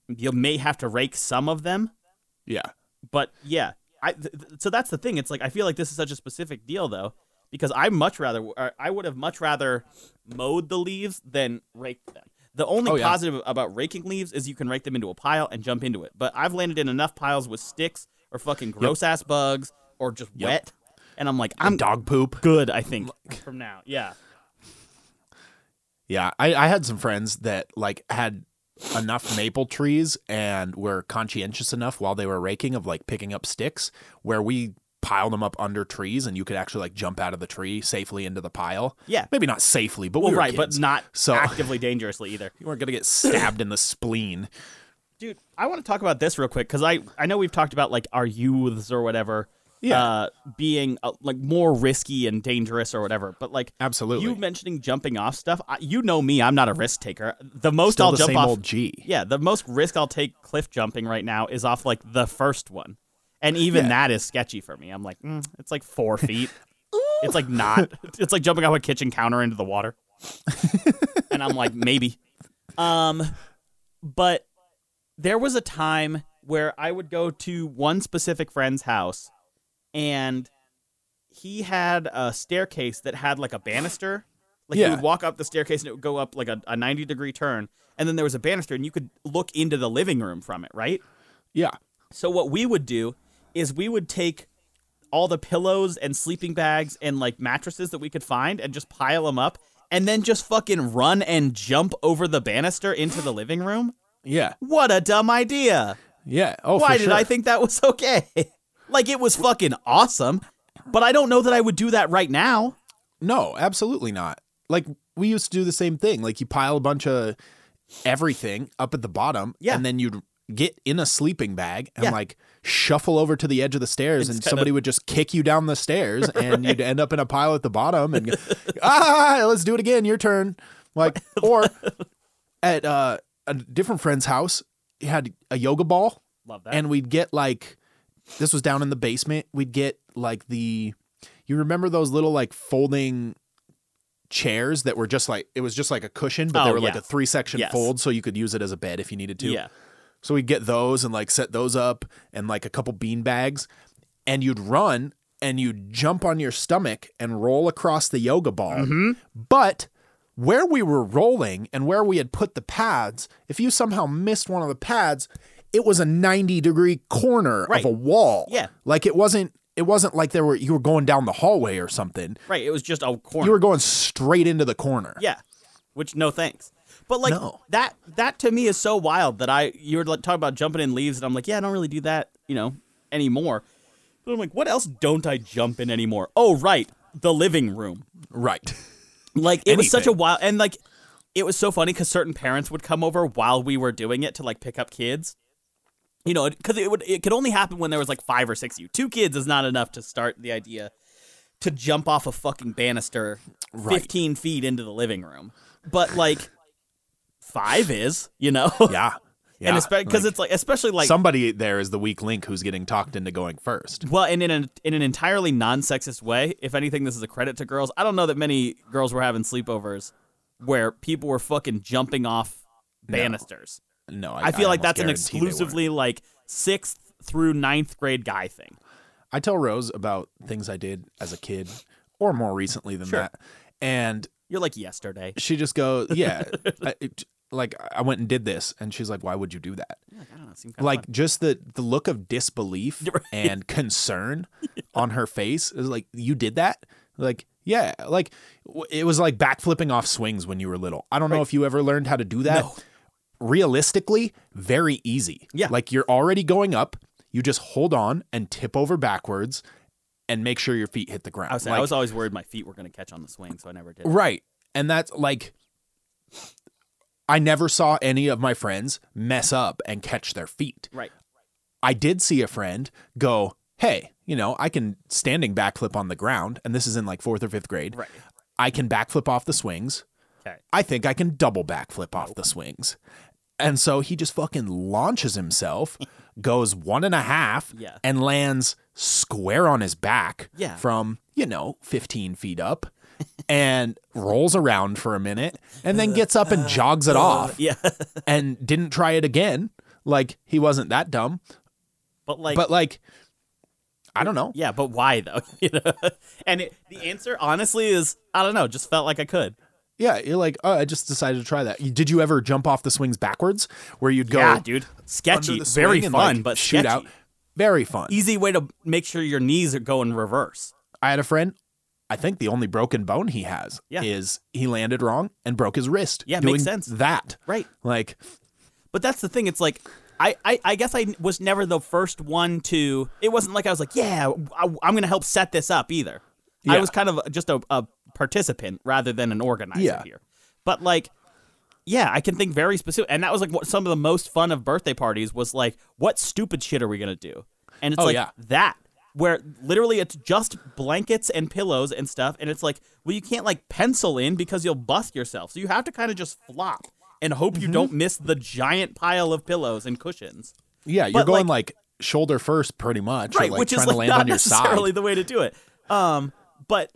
Speaker 2: you may have to rake some of them,
Speaker 3: yeah.
Speaker 2: but yeah. I th- th- so that's the thing. It's like I feel like this is such a specific deal though, because I much rather or I would have much rather mowed the leaves than raked them. The only
Speaker 3: Oh, yeah.
Speaker 2: positive about raking leaves is you can rake them into a pile and jump into it. But I've landed in enough piles with sticks or fucking gross ass bugs or just
Speaker 3: Yep.
Speaker 2: wet, and I'm like, I'm
Speaker 3: dog poop.
Speaker 2: good. I think from now, yeah.
Speaker 3: Yeah, I, I had some friends that like had enough maple trees and were conscientious enough while they were raking of like picking up sticks where we piled them up under trees and you could actually like jump out of the tree safely into the pile.
Speaker 2: Yeah.
Speaker 3: Maybe not safely, but
Speaker 2: Well,
Speaker 3: we were
Speaker 2: right,
Speaker 3: kids.
Speaker 2: but not
Speaker 3: So-
Speaker 2: actively dangerously either.
Speaker 3: you weren't gonna get stabbed in the spleen.
Speaker 2: dude i want to talk about this real quick because i i know we've talked about like our youths or whatever
Speaker 3: Yeah.
Speaker 2: uh, being uh, like more risky and dangerous or whatever but like
Speaker 3: Absolutely.
Speaker 2: you mentioning jumping off stuff I, you know me i'm not a risk taker the most
Speaker 3: Still
Speaker 2: i'll
Speaker 3: the
Speaker 2: jump
Speaker 3: same
Speaker 2: off
Speaker 3: old G.
Speaker 2: yeah the most risk i'll take cliff jumping right now is off like the first one and even
Speaker 3: Yeah.
Speaker 2: that is sketchy for me i'm like mm, it's like four feet it's like not it's like jumping off a kitchen counter into the water and i'm like maybe um but there was a time where I would go to one specific friend's house and he had a staircase that had like a banister. Like you
Speaker 3: Yeah.
Speaker 2: would walk up the staircase and it would go up like a, a 90 degree turn. And then there was a banister and you could look into the living room from it, right?
Speaker 3: Yeah.
Speaker 2: So what we would do is we would take all the pillows and sleeping bags and like mattresses that we could find and just pile them up and then just fucking run and jump over the banister into the living room.
Speaker 3: Yeah.
Speaker 2: What a dumb idea.
Speaker 3: Yeah. Oh,
Speaker 2: Why
Speaker 3: for
Speaker 2: did
Speaker 3: sure.
Speaker 2: I think that was okay? like it was fucking awesome, but I don't know that I would do that right now.
Speaker 3: No, absolutely not. Like we used to do the same thing. Like you pile a bunch of everything up at the bottom,
Speaker 2: Yeah.
Speaker 3: and then you'd get in a sleeping bag and
Speaker 2: Yeah.
Speaker 3: like shuffle over to the edge of the stairs, and
Speaker 2: kinda-
Speaker 3: somebody would just kick you down the stairs, and you'd end up in a pile at the bottom. And ah, let's do it again. Your turn. Like or at uh, a different friend's house, he had a yoga ball
Speaker 2: Love that.
Speaker 3: and we'd get like this was down in the basement we'd get like the you remember those little like folding chairs that were just like it was just like a cushion but they
Speaker 2: Oh,
Speaker 3: were like
Speaker 2: yeah.
Speaker 3: a three section
Speaker 2: Yes.
Speaker 3: fold so you could use it as a bed if you needed to
Speaker 2: yeah.
Speaker 3: so we'd get those and like set those up and like a couple bean bags and you'd run and you'd jump on your stomach and roll across the yoga ball.
Speaker 2: Mm-hmm.
Speaker 3: But where we were rolling and where we had put the pads, if you somehow missed one of the pads, it was a 90 degree corner
Speaker 2: Right.
Speaker 3: of a wall.
Speaker 2: Yeah.
Speaker 3: Like it wasn't it wasn't like there were you were going down the hallway or something.
Speaker 2: Right, it was just a corner.
Speaker 3: You were going straight into the corner.
Speaker 2: Yeah. Which no thanks. But like
Speaker 3: No.
Speaker 2: that that to me is so wild that I you were like, talking about jumping in leaves and I'm like, yeah, I don't really do that, you know, anymore. But I'm like, what else don't I jump in anymore? Oh, right, the living room.
Speaker 3: Right.
Speaker 2: Like it was such a
Speaker 3: Anything.
Speaker 2: wild and like it was so funny because certain parents would come over while we were doing it to like pick up kids. You know, because it would it could only happen when there was like five or six of you. Two kids is not enough to start the idea to jump off a fucking banister
Speaker 3: Right.
Speaker 2: fifteen feet into the living room. But like five is, you know,
Speaker 3: Yeah. Yeah.
Speaker 2: and especially because it's like especially like
Speaker 3: somebody there is the weak link who's getting talked into going first.
Speaker 2: Well, and in an in an entirely non-sexist way, if anything, this is a credit to girls. I don't know that many girls were having sleepovers where people were fucking jumping off banisters.
Speaker 3: No,
Speaker 2: I feel like
Speaker 3: almost
Speaker 2: that's an
Speaker 3: guarantee they weren't.
Speaker 2: exclusively like sixth through ninth grade guy thing.
Speaker 3: I tell Rose about things I did as a kid, or more recently than that, and
Speaker 2: You're like yesterday.
Speaker 3: She just goes, yeah. I, it- like I went and did this, and she's like, why would you do that?
Speaker 2: You're like, I don't know. it seemed kinda
Speaker 3: Like
Speaker 2: fun.
Speaker 3: just the the look of disbelief and concern on her face is like, you did that? Like, yeah. Like w- it was like backflipping off swings when you were little. I don't know if you ever learned how to do that.
Speaker 2: No.
Speaker 3: Realistically, very easy.
Speaker 2: Yeah.
Speaker 3: Like you're already going up. You just hold on and tip over backwards, and make sure your feet hit the ground.
Speaker 2: I was, saying, I
Speaker 3: Like,
Speaker 2: was always worried my feet were going to catch on the swing, so I never did.
Speaker 3: Right. And that's like I never saw any of my friends mess up and catch their feet.
Speaker 2: Right.
Speaker 3: I did see a friend go, "Hey, you know, I can standing backflip on the ground," and this is in like 4th or 5th grade.
Speaker 2: Right.
Speaker 3: I can backflip off the swings.
Speaker 2: Okay.
Speaker 3: I think I can double backflip off the swings. And so he just fucking launches himself, goes one and a half,
Speaker 2: Yeah.
Speaker 3: and lands square on his back
Speaker 2: Yeah.
Speaker 3: from, you know, 15 feet up and rolls around for a minute and then gets up and jogs it off
Speaker 2: Yeah.
Speaker 3: and didn't try it again. Like he wasn't that dumb.
Speaker 2: but like,
Speaker 3: But like, I don't know.
Speaker 2: yeah, but why though? You know? And it, the answer, honestly, is I don't know. Just felt like I could.
Speaker 3: Yeah, you're like, oh, I just decided to try that. Did you ever jump off the swings backwards where you'd go
Speaker 2: yeah, dude.
Speaker 3: under
Speaker 2: Sketchy.
Speaker 3: the swing
Speaker 2: Very
Speaker 3: and,
Speaker 2: fun,
Speaker 3: like,
Speaker 2: but
Speaker 3: shoot
Speaker 2: sketchy.
Speaker 3: out. Very fun.
Speaker 2: Easy way to make sure your knees are going reverse.
Speaker 3: I had a friend. I think the only broken bone he has
Speaker 2: Yeah.
Speaker 3: is he landed wrong and broke his wrist.
Speaker 2: Yeah,
Speaker 3: doing
Speaker 2: makes sense.
Speaker 3: That
Speaker 2: Right.
Speaker 3: like
Speaker 2: But that's the thing. It's like I, I, I guess I was never the first one to. It wasn't like I was like, yeah, I, am going to help set this up either. I
Speaker 3: Yeah.
Speaker 2: was kind of just a, a participant rather than an organizer
Speaker 3: Yeah.
Speaker 2: here. But like, yeah, I can think very specific. And that was like what some of the most fun of birthday parties was like, what stupid shit are we going to do? And it's
Speaker 3: Oh,
Speaker 2: like
Speaker 3: yeah.
Speaker 2: that. Where literally it's just blankets and pillows and stuff, and it's like, well, you can't like pencil in because you'll bust yourself. So you have to kind of just flop and hope
Speaker 3: Mm-hmm.
Speaker 2: you don't miss the giant pile of pillows and cushions.
Speaker 3: yeah, you're
Speaker 2: But,
Speaker 3: going like, shoulder first pretty much, or,
Speaker 2: right,
Speaker 3: like
Speaker 2: which
Speaker 3: trying
Speaker 2: is like
Speaker 3: to land
Speaker 2: not
Speaker 3: on your
Speaker 2: necessarily
Speaker 3: side.
Speaker 2: the way to do it. Um, but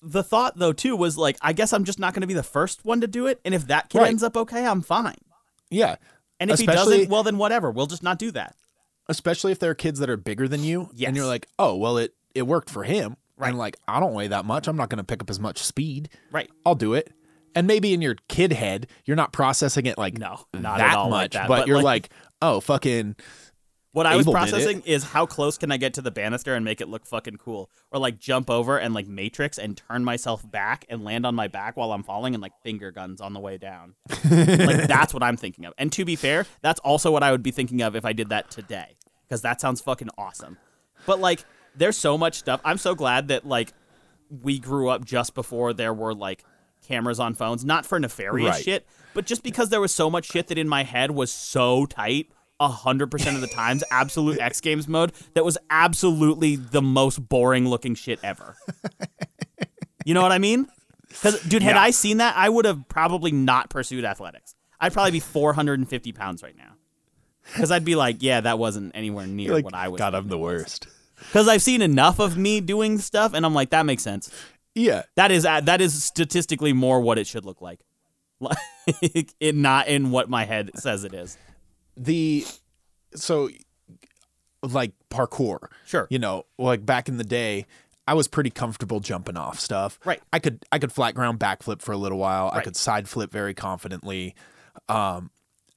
Speaker 2: the thought though too was like, I guess I'm just not going to be the first one to do it, and if that kid
Speaker 3: Right.
Speaker 2: ends up okay, I'm fine.
Speaker 3: Yeah,
Speaker 2: And if
Speaker 3: especially,
Speaker 2: he doesn't, well, then whatever. We'll just not do that.
Speaker 3: especially if there are kids that are bigger than you,
Speaker 2: Yes.
Speaker 3: and you're like, oh well, it it worked for him,
Speaker 2: Right.
Speaker 3: and like I don't weigh that much, I'm not going to pick up as much speed,
Speaker 2: Right.
Speaker 3: I'll do it. And maybe in your kid head, you're not processing it like
Speaker 2: No, not
Speaker 3: that
Speaker 2: at all like
Speaker 3: much,
Speaker 2: that,
Speaker 3: but,
Speaker 2: but,
Speaker 3: you're
Speaker 2: like-
Speaker 3: like, oh fucking
Speaker 2: What I was
Speaker 3: Abel did it.
Speaker 2: processing is how close can I get to the banister and make it look fucking cool, or like jump over and like matrix and turn myself back and land on my back while I'm falling and like finger guns on the way down. like that's what I'm thinking of. And to be fair, that's also what I would be thinking of if I did that today, because that sounds fucking awesome. But like, there's so much stuff. I'm so glad that like we grew up just before there were like cameras on phones, not for nefarious
Speaker 3: Right.
Speaker 2: shit, but just because there was so much shit that in my head was so tight. 100% of the times, absolute X Games mode that was absolutely the most boring looking shit ever. You know what I mean? Because, dude, had
Speaker 3: Yeah.
Speaker 2: I seen that, I would have probably not pursued athletics. I'd probably be 450 pounds right now. Because I'd be like, yeah, that wasn't anywhere near
Speaker 3: like
Speaker 2: what I was.
Speaker 3: God, I'm the worst.
Speaker 2: Because I've seen enough of me doing stuff, and I'm like, that makes sense.
Speaker 3: Yeah,
Speaker 2: That is uh, that is statistically more what it should look like, like in not in what my head says it is.
Speaker 3: the so like parkour
Speaker 2: Sure.
Speaker 3: you know like back in the day i was pretty comfortable jumping off stuff
Speaker 2: Right.
Speaker 3: i could i could flat ground backflip for a little while i
Speaker 2: Right.
Speaker 3: could side flip very confidently um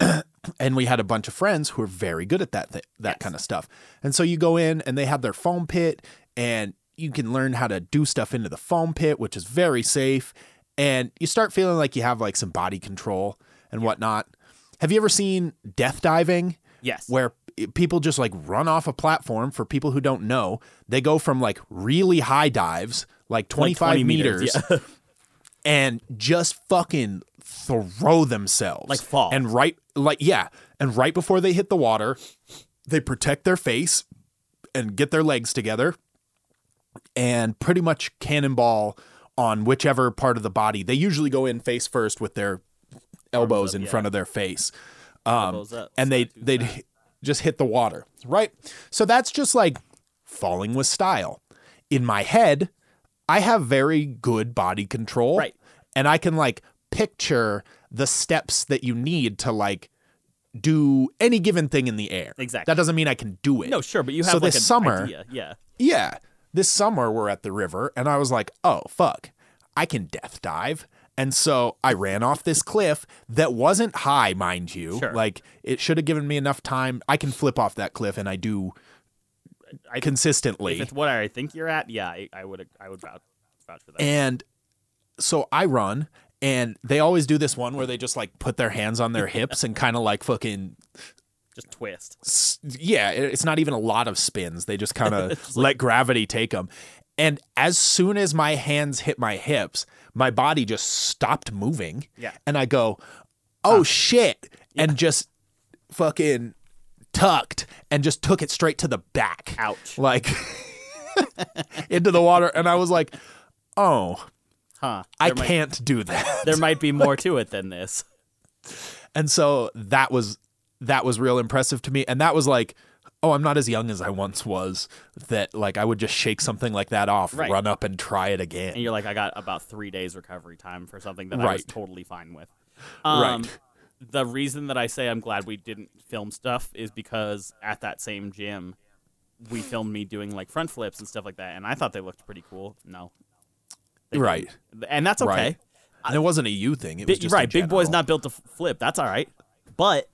Speaker 3: and we had a bunch of friends who were very good at that th- that kind of stuff and so you go in and they have their foam pit and you can learn how to do stuff into the foam pit which is very safe and you start feeling like you have like some body control and whatnot have you ever seen death diving
Speaker 2: Yes.
Speaker 3: where p- people just like run off a platform for people who don't know. They go from like really high dives, like 25
Speaker 2: 20
Speaker 3: meters,
Speaker 2: meters,
Speaker 3: and just fucking throw themselves.
Speaker 2: Like fall.
Speaker 3: And right, like, yeah. And right before they hit the water, they protect their face and get their legs together and pretty much cannonball on whichever part of the body. They usually go in face first with their elbows in
Speaker 2: yeah.
Speaker 3: front of their face
Speaker 2: Elbows up.
Speaker 3: um, and they they'd h- just hit the water, right? So that's just like falling with style. In my head, I have very good body control,
Speaker 2: Right.
Speaker 3: And I can like picture the steps that you need to like do any given thing in the air.
Speaker 2: Exactly.
Speaker 3: That doesn't mean I can do it.
Speaker 2: no, sure, but you have
Speaker 3: so
Speaker 2: like
Speaker 3: this
Speaker 2: an
Speaker 3: summer,
Speaker 2: idea. yeah,
Speaker 3: yeah. This summer we're at the river and I was like, "Oh, fuck. I can death dive And so I ran off this cliff that wasn't high, mind you.
Speaker 2: Sure.
Speaker 3: Like it should have given me enough time. I can flip off that cliff, and I do
Speaker 2: I-
Speaker 3: consistently.
Speaker 2: If it's what I think you're at, yeah, I, I would I would vouch, vouch for that.
Speaker 3: And so I run, and they always do this one where they just like put their hands on their hips and kind of like fucking
Speaker 2: Just twist.
Speaker 3: s- yeah, it- it's not even a lot of spins. They just kind of let gravity take them. And as soon as my hands hit my hips, my body just stopped moving.
Speaker 2: Yeah.
Speaker 3: And I go, oh shit. And just fucking tucked and just took it straight to the back.
Speaker 2: Ouch.
Speaker 3: Like into the water. And I was like, oh,
Speaker 2: Huh.
Speaker 3: I
Speaker 2: There might-
Speaker 3: can't do that.
Speaker 2: There might be more to it than this.
Speaker 3: And so that was that was real impressive to me. And that was like, oh, I'm not as young as I once was. That like I would just shake something like that off,
Speaker 2: Right.
Speaker 3: run up and try it again.
Speaker 2: And you're like, I got about three days recovery time for something that I was
Speaker 3: Right.
Speaker 2: totally fine with. Um,
Speaker 3: Right.
Speaker 2: The reason that I say I'm glad we didn't film stuff is because at that same gym, we filmed me doing like front flips and stuff like that, and I thought they looked pretty cool. No, they didn't.
Speaker 3: Right.
Speaker 2: and that's okay.
Speaker 3: Right. and it wasn't a you thing. It was
Speaker 2: Big,
Speaker 3: just
Speaker 2: right,
Speaker 3: in
Speaker 2: big boy's
Speaker 3: general.
Speaker 2: not built to f- flip. That's all right. But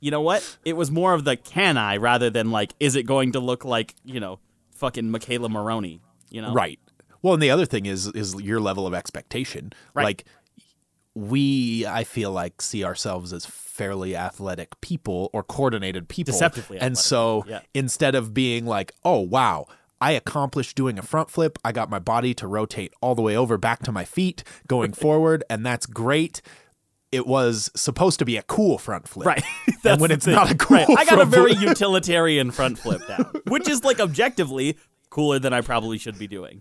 Speaker 2: you know what? It was more of the can I rather than like is it going to look like you know fucking Michaela Maroney? You know,
Speaker 3: right. Well, and the other thing is is your level of expectation.
Speaker 2: Right.
Speaker 3: Like we, I feel like see ourselves as fairly athletic people or coordinated people,
Speaker 2: Deceptively
Speaker 3: and
Speaker 2: athletic,
Speaker 3: so
Speaker 2: yeah.
Speaker 3: instead of being like, oh wow. I accomplished doing a front flip. I got my body to rotate all the way over back to my feet going forward, and that's great. It was supposed to be a cool front flip.
Speaker 2: Right.
Speaker 3: and
Speaker 2: That's
Speaker 3: when
Speaker 2: the
Speaker 3: it's
Speaker 2: thing.
Speaker 3: not a cool
Speaker 2: Right. I got a
Speaker 3: front
Speaker 2: very
Speaker 3: flip-
Speaker 2: utilitarian front flip down, which is like objectively cooler than I probably should be doing.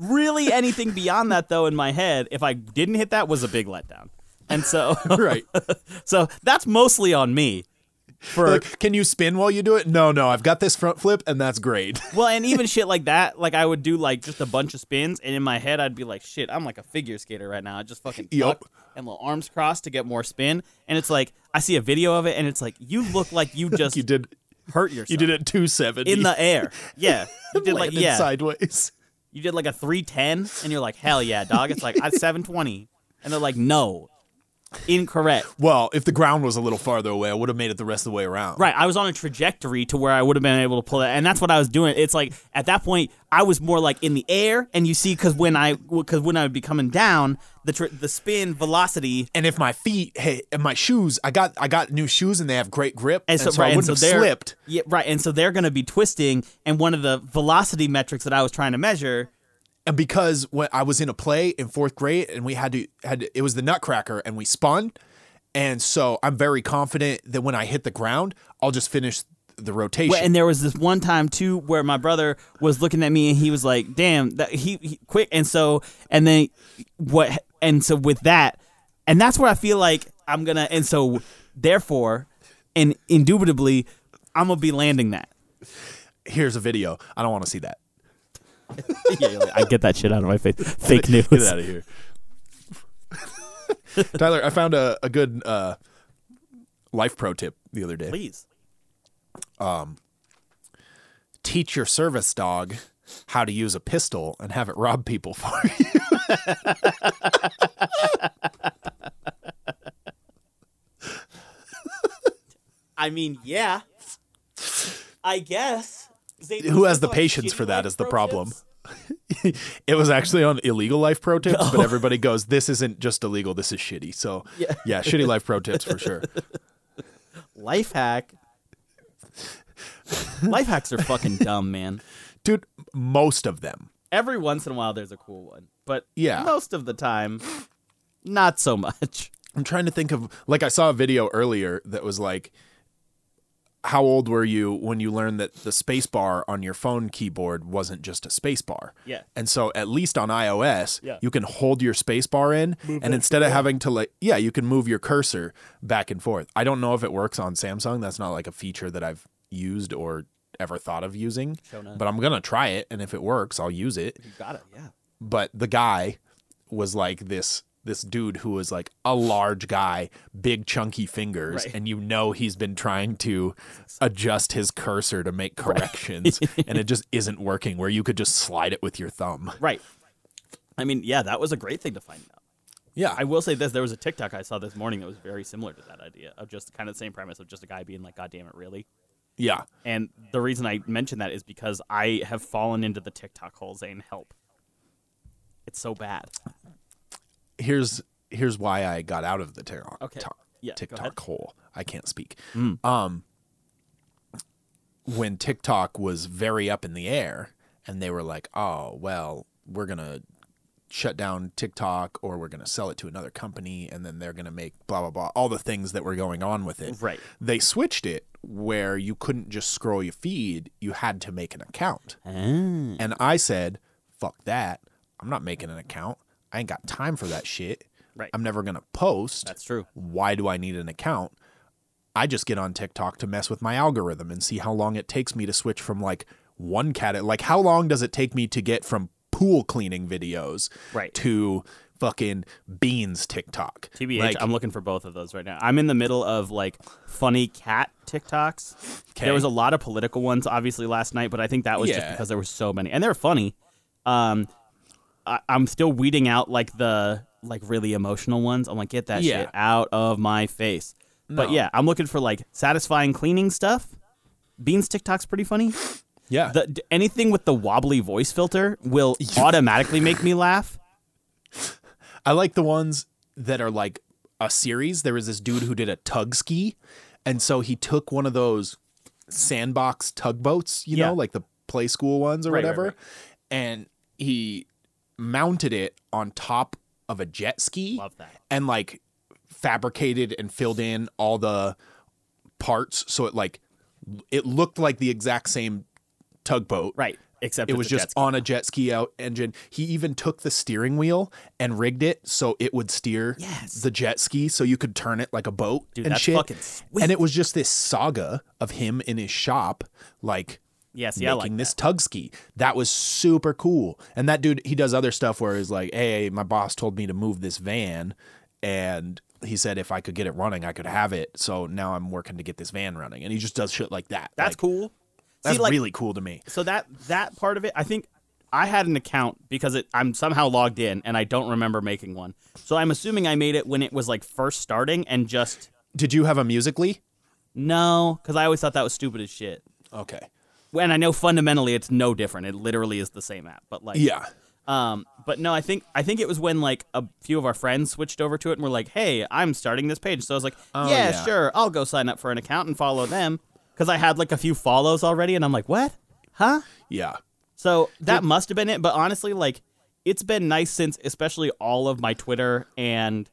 Speaker 2: Really, anything beyond that though, in my head, if I didn't hit that, was a big letdown. And so,
Speaker 3: right.
Speaker 2: so that's mostly on me. For
Speaker 3: Like, can you spin while you do it? No, no. I've got this front flip, and that's great.
Speaker 2: well, and even shit like that, like I would do like just a bunch of spins, and in my head I'd be like, "Shit, I'm like a figure skater right now." I just fucking
Speaker 3: Yup.
Speaker 2: tuck and little arms crossed to get more spin, and it's like I see a video of it, and it's like you look like you just
Speaker 3: you did.
Speaker 2: hurt yourself.
Speaker 3: You did it two seventy
Speaker 2: in the air. Yeah, you did like yeah,
Speaker 3: sideways.
Speaker 2: you did like a three ten, and you're like, hell yeah, dog. It's like I seven twenty, and they're like, no, incorrect.
Speaker 3: Well, if the ground was a little farther away, I would have made it the rest of the way around.
Speaker 2: Right, I was on a trajectory to where I would have been able to pull it, and that's what I was doing. It's like at that point, I was more like in the air, and you see, because when I because when I would be coming down, the tr the spin velocity.
Speaker 3: And if my feet hit and my shoes, I got I got new shoes and they have great grip, and so,
Speaker 2: right,
Speaker 3: I wouldn't have
Speaker 2: they're-
Speaker 3: slipped.
Speaker 2: Yeah, right. And so they're going to be twisting. And one of the velocity metrics that I was trying to measure
Speaker 3: And because when I was in a play in fourth grade, and we had to had to- it was the Nutcracker, and we spun, and so I'm very confident that when I hit the ground, I'll just finish the rotation.
Speaker 2: Well, and there was this one time too where my brother was looking at me and he was like, "Damn, that he, he quick." And so and then what? And so with that, and that's where I feel like I'm gonna. And so therefore, and indubitably, I'm gonna be landing that.
Speaker 3: Here's a video. I don't want to see that.
Speaker 2: yeah, you're like, I get that shit out of my face. Fake news.
Speaker 3: Get out of here. Tyler, I found a, a good uh, life pro tip the other day.
Speaker 2: Please.
Speaker 3: Teach your service dog how to use a pistol and have it rob people for you.
Speaker 2: I mean, yeah. I guess. Oh,
Speaker 3: Who has the patience for that is the problem. it was actually on illegal life pro tips, but everybody goes, this isn't just illegal, this is shitty. So, yeah, shitty life pro tips for sure.
Speaker 2: Life hack. Life hacks are fucking dumb, man.
Speaker 3: Dude, most of them.
Speaker 2: every once in a while there's a cool one, but
Speaker 3: Yeah.
Speaker 2: most of the time, not so much.
Speaker 3: I'm trying to think of like I saw a video earlier that was like how old were you when you learned that the space bar on your phone keyboard wasn't just a space bar?
Speaker 2: Yeah.
Speaker 3: And so at least on iOS,
Speaker 2: Yeah.
Speaker 3: you can hold your space bar in and instead of having to like yeah, you can move your cursor back and forth. I don't know if it works on Samsung. That's not like a feature that I've used or ever thought of using. But I'm going to try it and if it works, I'll use it
Speaker 2: Got it. Yeah.
Speaker 3: but the guy was like this this dude who was like a large guy, big chunky fingers,
Speaker 2: Right.
Speaker 3: and you know he's been trying to adjust his cursor to make corrections, and it just isn't working. Where you could just slide it with your thumb.
Speaker 2: Right. I mean, yeah, that was a great thing to find out.
Speaker 3: Yeah.
Speaker 2: I will say this: there was a TikTok I saw this morning that was very similar to that idea of just kind of the same premise of just a guy being like, "God damn it, really."
Speaker 3: yeah.
Speaker 2: And the reason I mention that is because I have fallen into the TikTok hole, Zane. Help! It's so bad.
Speaker 3: Here's here's why I got out of the TikTok
Speaker 2: Okay.
Speaker 3: TikTok-
Speaker 2: Yeah, go ahead. Mm.
Speaker 3: TikTok hole. I can't speak. Um, when TikTok was very up in the air, and they were like, "Oh well, we're gonna shut down TikTok, or we're gonna sell it to another company, and then they're gonna make blah blah blah." All the things that were going on with it.
Speaker 2: Right.
Speaker 3: They switched it where you couldn't just scroll your feed; you had to make an account.
Speaker 2: Ah.
Speaker 3: And I said, fuck that. I'm not making an account. I ain't got time for that shit.
Speaker 2: Right.
Speaker 3: I'm never going to post.
Speaker 2: That's true.
Speaker 3: Why do I need an account? I just get on TikTok to mess with my algorithm and see how long it takes me to switch from like one cat. Like, how long does it take me to get from pool cleaning videos
Speaker 2: Right.
Speaker 3: to fucking beans TikTok?
Speaker 2: TBH,
Speaker 3: Like,
Speaker 2: I'm looking for both of those right now. I'm in the middle of like funny cat TikToks.
Speaker 3: Okay.
Speaker 2: There was a lot of political ones, obviously, last night, but I think that was just
Speaker 3: Yeah.
Speaker 2: because there were so many, and they're funny. Um, I, I'm still weeding out like the like really emotional ones. I'm like, get that
Speaker 3: Yeah.
Speaker 2: shit out of my face. But
Speaker 3: No.
Speaker 2: yeah, I'm looking for like satisfying cleaning stuff. Beans TikTok's pretty funny.
Speaker 3: yeah.
Speaker 2: The, d- anything with the wobbly voice filter will automatically make me laugh.
Speaker 3: I like the ones that are like a series. There was this dude who did a tug ski, and so he took one of those sandbox tugboats, you
Speaker 2: Yeah.
Speaker 3: know, like the play school ones or
Speaker 2: Right, right,
Speaker 3: whatever,
Speaker 2: right.
Speaker 3: and he mounted it on top of a jet ski
Speaker 2: Love that.
Speaker 3: and like fabricated and filled in all the parts so it like it looked like the exact same tugboat
Speaker 2: Right. Except
Speaker 3: it
Speaker 2: it's
Speaker 3: was
Speaker 2: a
Speaker 3: just
Speaker 2: jet ski.
Speaker 3: on a jet ski out engine. He even took the steering wheel and rigged it so it would steer
Speaker 2: Yes.
Speaker 3: the jet ski so you could turn it like a boat
Speaker 2: Dude,
Speaker 3: and
Speaker 2: that's
Speaker 3: shit.
Speaker 2: fucking sweet.
Speaker 3: And it was just this saga of him in his shop like
Speaker 2: Yes, yeah, I
Speaker 3: making
Speaker 2: like
Speaker 3: this tug ski. That was super cool. And that dude, he does other stuff where he's like, "Hey, my boss told me to move this van and he said if I could get it running, I could have it. So now I'm working to get this van running." And he just does shit like that.
Speaker 2: That's
Speaker 3: Like,
Speaker 2: cool.
Speaker 3: That's
Speaker 2: See, like,
Speaker 3: really cool to me.
Speaker 2: so that that part of it, I think I had an account because it, I'm somehow logged in and I don't remember making one. So I'm assuming I made it when it was like first starting and just
Speaker 3: Did you have a musically?
Speaker 2: no, because I always thought that was stupid as shit.
Speaker 3: Okay.
Speaker 2: When I know fundamentally it's no different. It literally is the same app, but like
Speaker 3: Yeah.
Speaker 2: Um, but no, I think I think it was when like a few of our friends switched over to it and were like, "Hey, I'm starting this page." So I was like,
Speaker 3: Oh,
Speaker 2: yeah,
Speaker 3: yeah.
Speaker 2: sure, I'll go sign up for an account and follow them." Because I had like a few follows already, and I'm like, "What? Huh?"
Speaker 3: Yeah.
Speaker 2: So that must have been it. But honestly, like, it's been nice since, especially all of my Twitter and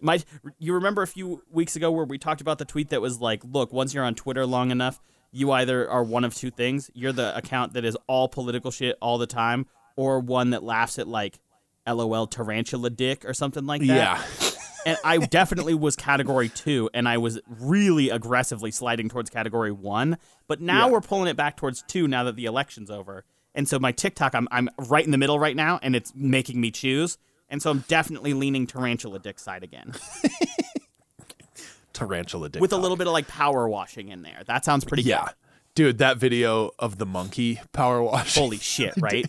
Speaker 2: my. You remember a few weeks ago where we talked about the tweet that was like, look, once you're on Twitter long enough, you either are one of two things. You're the account that is all political shit all the time, or one that laughs at like, LOL tarantula dick or something like that
Speaker 3: Yeah.
Speaker 2: and I definitely was category two, and I was really aggressively sliding towards category one. But now
Speaker 3: Yeah.
Speaker 2: we're pulling it back towards two now that the election's over. And so my TikTok, I'm I'm right in the middle right now, and it's making me choose. And so I'm definitely leaning tarantula dick side again,
Speaker 3: Tarantula dick.
Speaker 2: with a little bit of like power washing in there. That sounds pretty.
Speaker 3: Yeah. Dude, that video of the monkey power wash.
Speaker 2: Good. Holy shit! Right?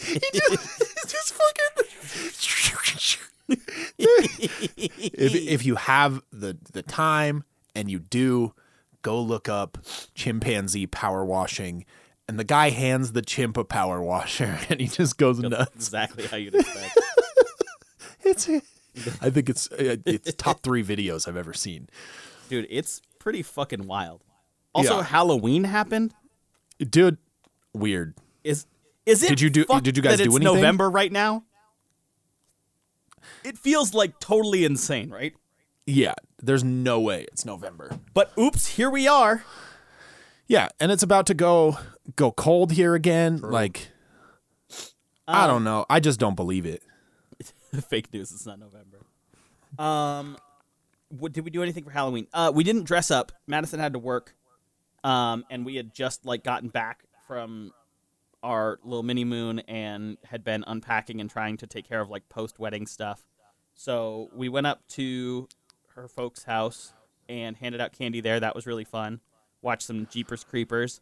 Speaker 3: It's just fucking. if, if you have the, the time and you do, go look up chimpanzee power washing. And the guy hands the chimp a power washer and he just goes nuts.
Speaker 2: exactly how you'd expect.
Speaker 3: It's, I think it's uh, it's top three videos I've ever seen.
Speaker 2: Dude, it's pretty fucking wild. Also,
Speaker 3: Yeah.
Speaker 2: Halloween happened.
Speaker 3: Dude, weird.
Speaker 2: Is is it?
Speaker 3: Did you do-
Speaker 2: fucked
Speaker 3: did you guys
Speaker 2: that
Speaker 3: do
Speaker 2: it's
Speaker 3: anything?
Speaker 2: November right now. It feels like totally insane, right?
Speaker 3: Yeah, there's no way it's November.
Speaker 2: But oops, here we are.
Speaker 3: Yeah, and it's about to go go cold here again. Like I don't know. I just don't believe it.
Speaker 2: Fake news. It's not November. Um, what, did we do anything for Halloween? Uh, we didn't dress up. Madison had to work, um, and we had just like gotten back from our little mini moon and had been unpacking and trying to take care of like post wedding stuff. So we went up to her folks' house and handed out candy there. That was really fun. Watched some Jeepers Creepers.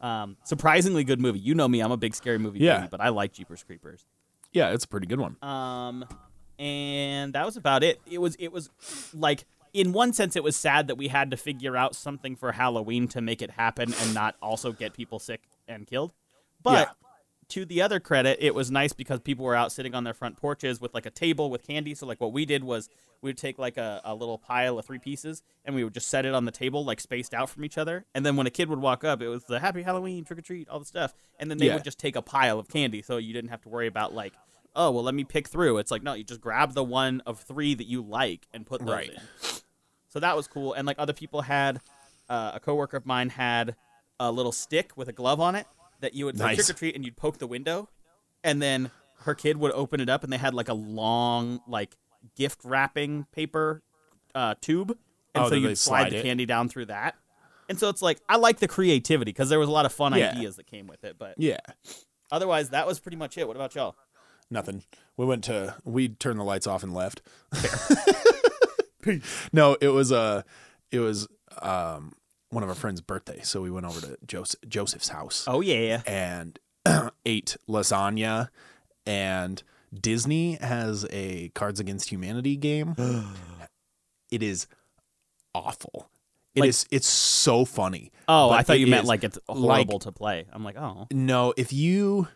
Speaker 2: Um, surprisingly good movie. You know me, I'm a big scary movie
Speaker 3: Yeah.
Speaker 2: baby, but I like Jeepers Creepers.
Speaker 3: Yeah, it's a pretty good one.
Speaker 2: Um, and that was about it. It was it was like in one sense it was sad that we had to figure out something for Halloween to make it happen and not also get people sick and killed. But to the other credit, it was nice because people were out sitting on their front porches with like a table with candy. So like what we did was we would take like a, a little pile of three pieces and we would just set it on the table like spaced out from each other. And then when a kid would walk up, it was the happy Halloween, trick or treat, all the stuff. And then they
Speaker 3: Yeah.
Speaker 2: would just take a pile of candy, so you didn't have to worry about like, oh well, let me pick through. It's like no, you just grab the one of three that you like and put those
Speaker 3: Right.
Speaker 2: in. So that was cool. And like other people had, uh, a coworker of mine had a little stick with a glove on it that you would like,
Speaker 3: Nice.
Speaker 2: trick or treat and you'd poke the window, and then her kid would open it up and they had like a long like gift wrapping paper uh, tube,
Speaker 3: Oh,
Speaker 2: and so
Speaker 3: that
Speaker 2: you'd
Speaker 3: they
Speaker 2: slide,
Speaker 3: slide
Speaker 2: the
Speaker 3: it.
Speaker 2: candy down through that. And so it's like I like the creativity because there was a lot of fun
Speaker 3: Yeah.
Speaker 2: ideas that came with it, but
Speaker 3: Yeah.
Speaker 2: otherwise that was pretty much it. What about y'all?
Speaker 3: Nothing. We went to we turned the lights off and left. no, it was uh it was um one of our friend's birthday, so we went over to Joseph, Joseph's house
Speaker 2: Oh yeah,
Speaker 3: and ate lasagna and Disney has a Cards Against Humanity game. it is awful. It is.
Speaker 2: Like-
Speaker 3: it's so funny.
Speaker 2: Oh,
Speaker 3: but
Speaker 2: I thought
Speaker 3: it
Speaker 2: you meant
Speaker 3: is-
Speaker 2: like it's horrible to play. I'm like, oh,
Speaker 3: no, if you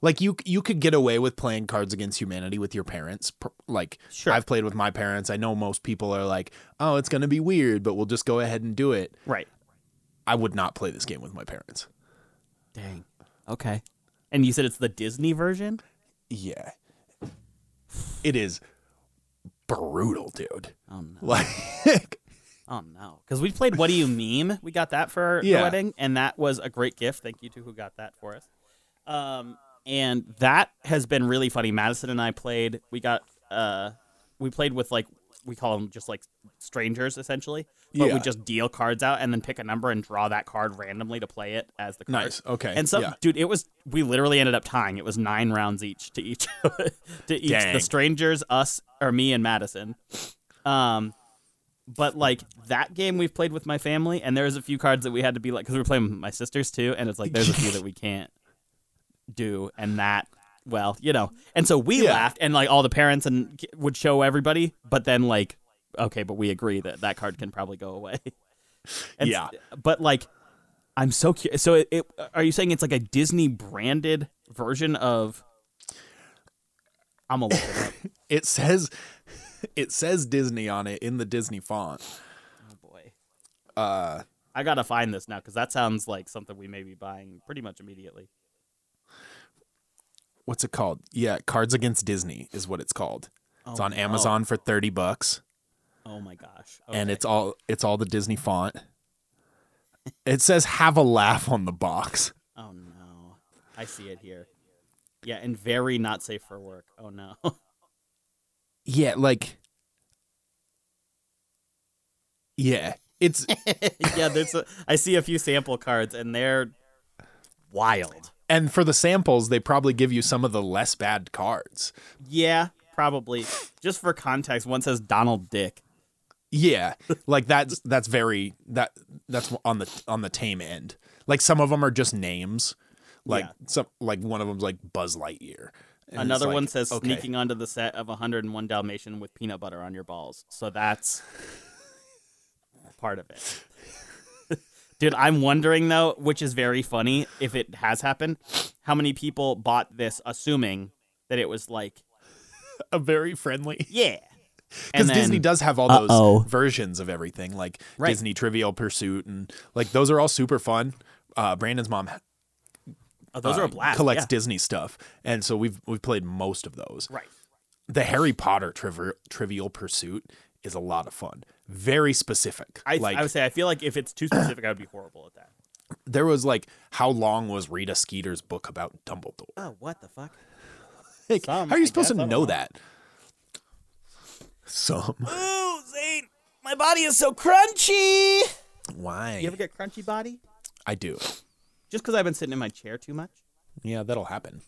Speaker 3: like you you could get away with playing Cards Against Humanity with your parents. pr- Like
Speaker 2: Sure.
Speaker 3: I've played with my parents. I know most people are like, "Oh, it's going to be weird, but we'll just go ahead and do it."
Speaker 2: right.
Speaker 3: I would not play this game with my parents.
Speaker 2: Dang. Okay. And you said it's the Disney version?
Speaker 3: Yeah. It is brutal, dude.
Speaker 2: Oh no.
Speaker 3: Like
Speaker 2: Oh no. Because we played What Do You Meme? We got that for our the
Speaker 3: Yeah.
Speaker 2: wedding, and that was a great gift. Thank you to who got that for us. Um, and that has been really funny. Madison and I played. We got uh, we played with like we call them just like strangers essentially, but
Speaker 3: Yeah.
Speaker 2: we just deal cards out and then pick a number and draw that card randomly to play it as the card.
Speaker 3: Nice. Okay.
Speaker 2: And so,
Speaker 3: Yeah.
Speaker 2: dude, it was we literally ended up tying. It was nine rounds each to each to each
Speaker 3: Dang.
Speaker 2: the strangers, us, or me and Madison. Um, but like that game we've played with my family, and there's a few cards that we had to be like because we were playing with my sisters too, and it's like there's a few that we can't do, and that well, you know, and so we
Speaker 3: Yeah.
Speaker 2: laughed, and like all the parents and ki- would show everybody, but then like okay, but we agree that that card can probably go away. And s- but like I'm so curious. So it, it, are you saying it's like a Disney branded version of? I'm gonna look it up.
Speaker 3: it says it says Disney on it in the Disney font.
Speaker 2: Oh boy,
Speaker 3: Uh
Speaker 2: I gotta find this now because that sounds like something we may be buying pretty much immediately.
Speaker 3: what's it called? Yeah, Cards Against Disney is what it's called. it's
Speaker 2: Oh,
Speaker 3: on
Speaker 2: no.
Speaker 3: Amazon for 30 bucks
Speaker 2: Oh my gosh,
Speaker 3: and
Speaker 2: Okay.
Speaker 3: it's all it's all the Disney font. It says have a laugh on the box.
Speaker 2: oh no, I see it here. Yeah, and very not safe for work. Oh no.
Speaker 3: Yeah, like Yeah, it's
Speaker 2: yeah, there's. A, I see a few sample cards, and they're wild.
Speaker 3: and for the samples they probably give you some of the less bad cards.
Speaker 2: Yeah, probably. Just for context, one says Donald Dick.
Speaker 3: Yeah, like that's that's very that that's on the on the tame end. Like some of them are just names. Like
Speaker 2: Yeah.
Speaker 3: some like one of them's like Buzz Lightyear. And it's
Speaker 2: Another one
Speaker 3: like,
Speaker 2: says
Speaker 3: okay.
Speaker 2: sneaking onto the set of 101 Dalmatian with peanut butter on your balls. So that's part of it. Dude, I'm wondering though, which is very funny if it has happened, how many people bought this assuming that it was like,
Speaker 3: a very friendly.
Speaker 2: yeah.
Speaker 3: because
Speaker 2: And then-
Speaker 3: Disney does have all those versions of everything, like
Speaker 2: Right.
Speaker 3: Disney Trivial Pursuit, and like those are all super fun. Uh, Brandon's mom
Speaker 2: Oh, those
Speaker 3: uh,
Speaker 2: are a blast.
Speaker 3: collects
Speaker 2: yeah.
Speaker 3: Disney stuff, and so we've we've played most of those.
Speaker 2: Right.
Speaker 3: The Harry Potter triv- Trivial Pursuit is a lot of fun, very specific.
Speaker 2: I,
Speaker 3: like
Speaker 2: I would say, I feel like if it's too specific, I would be horrible at that.
Speaker 3: there was like, how long was Rita Skeeter's book about Dumbledore?
Speaker 2: Oh, what the fuck?
Speaker 3: Like,
Speaker 2: some,
Speaker 3: how are you
Speaker 2: I
Speaker 3: supposed
Speaker 2: guess.
Speaker 3: to
Speaker 2: I don't
Speaker 3: know
Speaker 2: know.
Speaker 3: that? Some
Speaker 2: Ooh, Zane, my body is so crunchy.
Speaker 3: why
Speaker 2: You ever get crunchy body?
Speaker 3: I do.
Speaker 2: Just because I've been sitting in my chair too much?
Speaker 3: Yeah, that'll happen.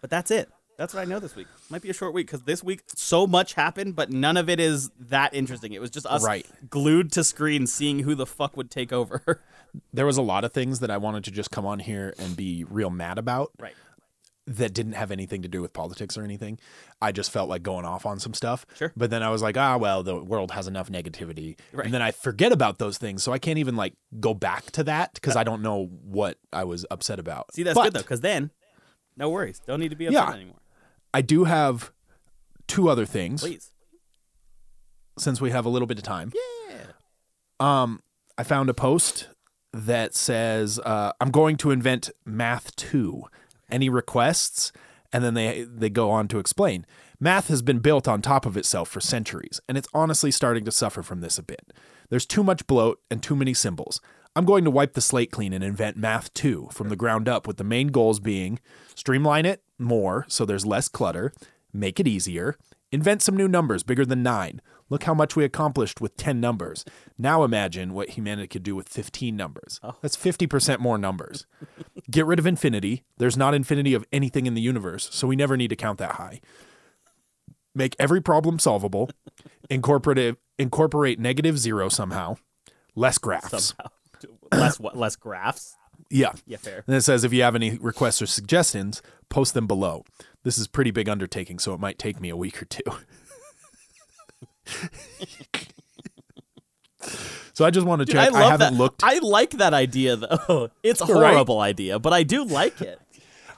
Speaker 2: But that's it. That's what I know this week. Might be a short week because this week so much happened, but none of it is that interesting. It was just us
Speaker 3: Right.
Speaker 2: glued to screen, seeing who the fuck would take over.
Speaker 3: there was a lot of things that I wanted to just come on here and be real mad about.
Speaker 2: right.
Speaker 3: that didn't have anything to do with politics or anything. I just felt like going off on some stuff.
Speaker 2: Sure.
Speaker 3: But then I was like, ah, well, the world has enough negativity.
Speaker 2: Right.
Speaker 3: And then I forget about those things. So I can't even like go back to that because I don't know what I was upset about.
Speaker 2: Uh, See, that's
Speaker 3: but
Speaker 2: good though, because then no worries. Don't need to be
Speaker 3: Yeah.
Speaker 2: upset anymore.
Speaker 3: I do have two other things
Speaker 2: Please.
Speaker 3: since we have a little bit of time.
Speaker 2: Yeah.
Speaker 3: Um, I found a post that says, uh, "I'm going to invent math two. Any requests?" And then they they go on to explain, math has been built on top of itself for centuries, and it's honestly starting to suffer from this a bit. There's too much bloat and too many symbols. I'm going to wipe the slate clean and invent math two from the ground up, with the main goals being streamline it more so there's less clutter, make it easier, Invent some new numbers bigger than nine. Look how much we accomplished with 10 numbers. Now imagine what humanity could do with 15 numbers. That's 50% more numbers. Get rid of infinity. There's not infinity of anything in the universe, so we never need to count that high. Make every problem solvable. Incorporate, it- incorporate negative zero somehow. Less graphs.
Speaker 2: less what? Less graphs.
Speaker 3: Yeah.
Speaker 2: Yeah, fair.
Speaker 3: And it says if you have any requests or suggestions, post them below. This is pretty big undertaking, so it might take me a week or two. so I just want to
Speaker 2: Dude,
Speaker 3: check.
Speaker 2: I love
Speaker 3: haven't
Speaker 2: that.
Speaker 3: looked. I,
Speaker 2: I like that idea though. It's a
Speaker 3: Right.
Speaker 2: horrible idea, but I do like it.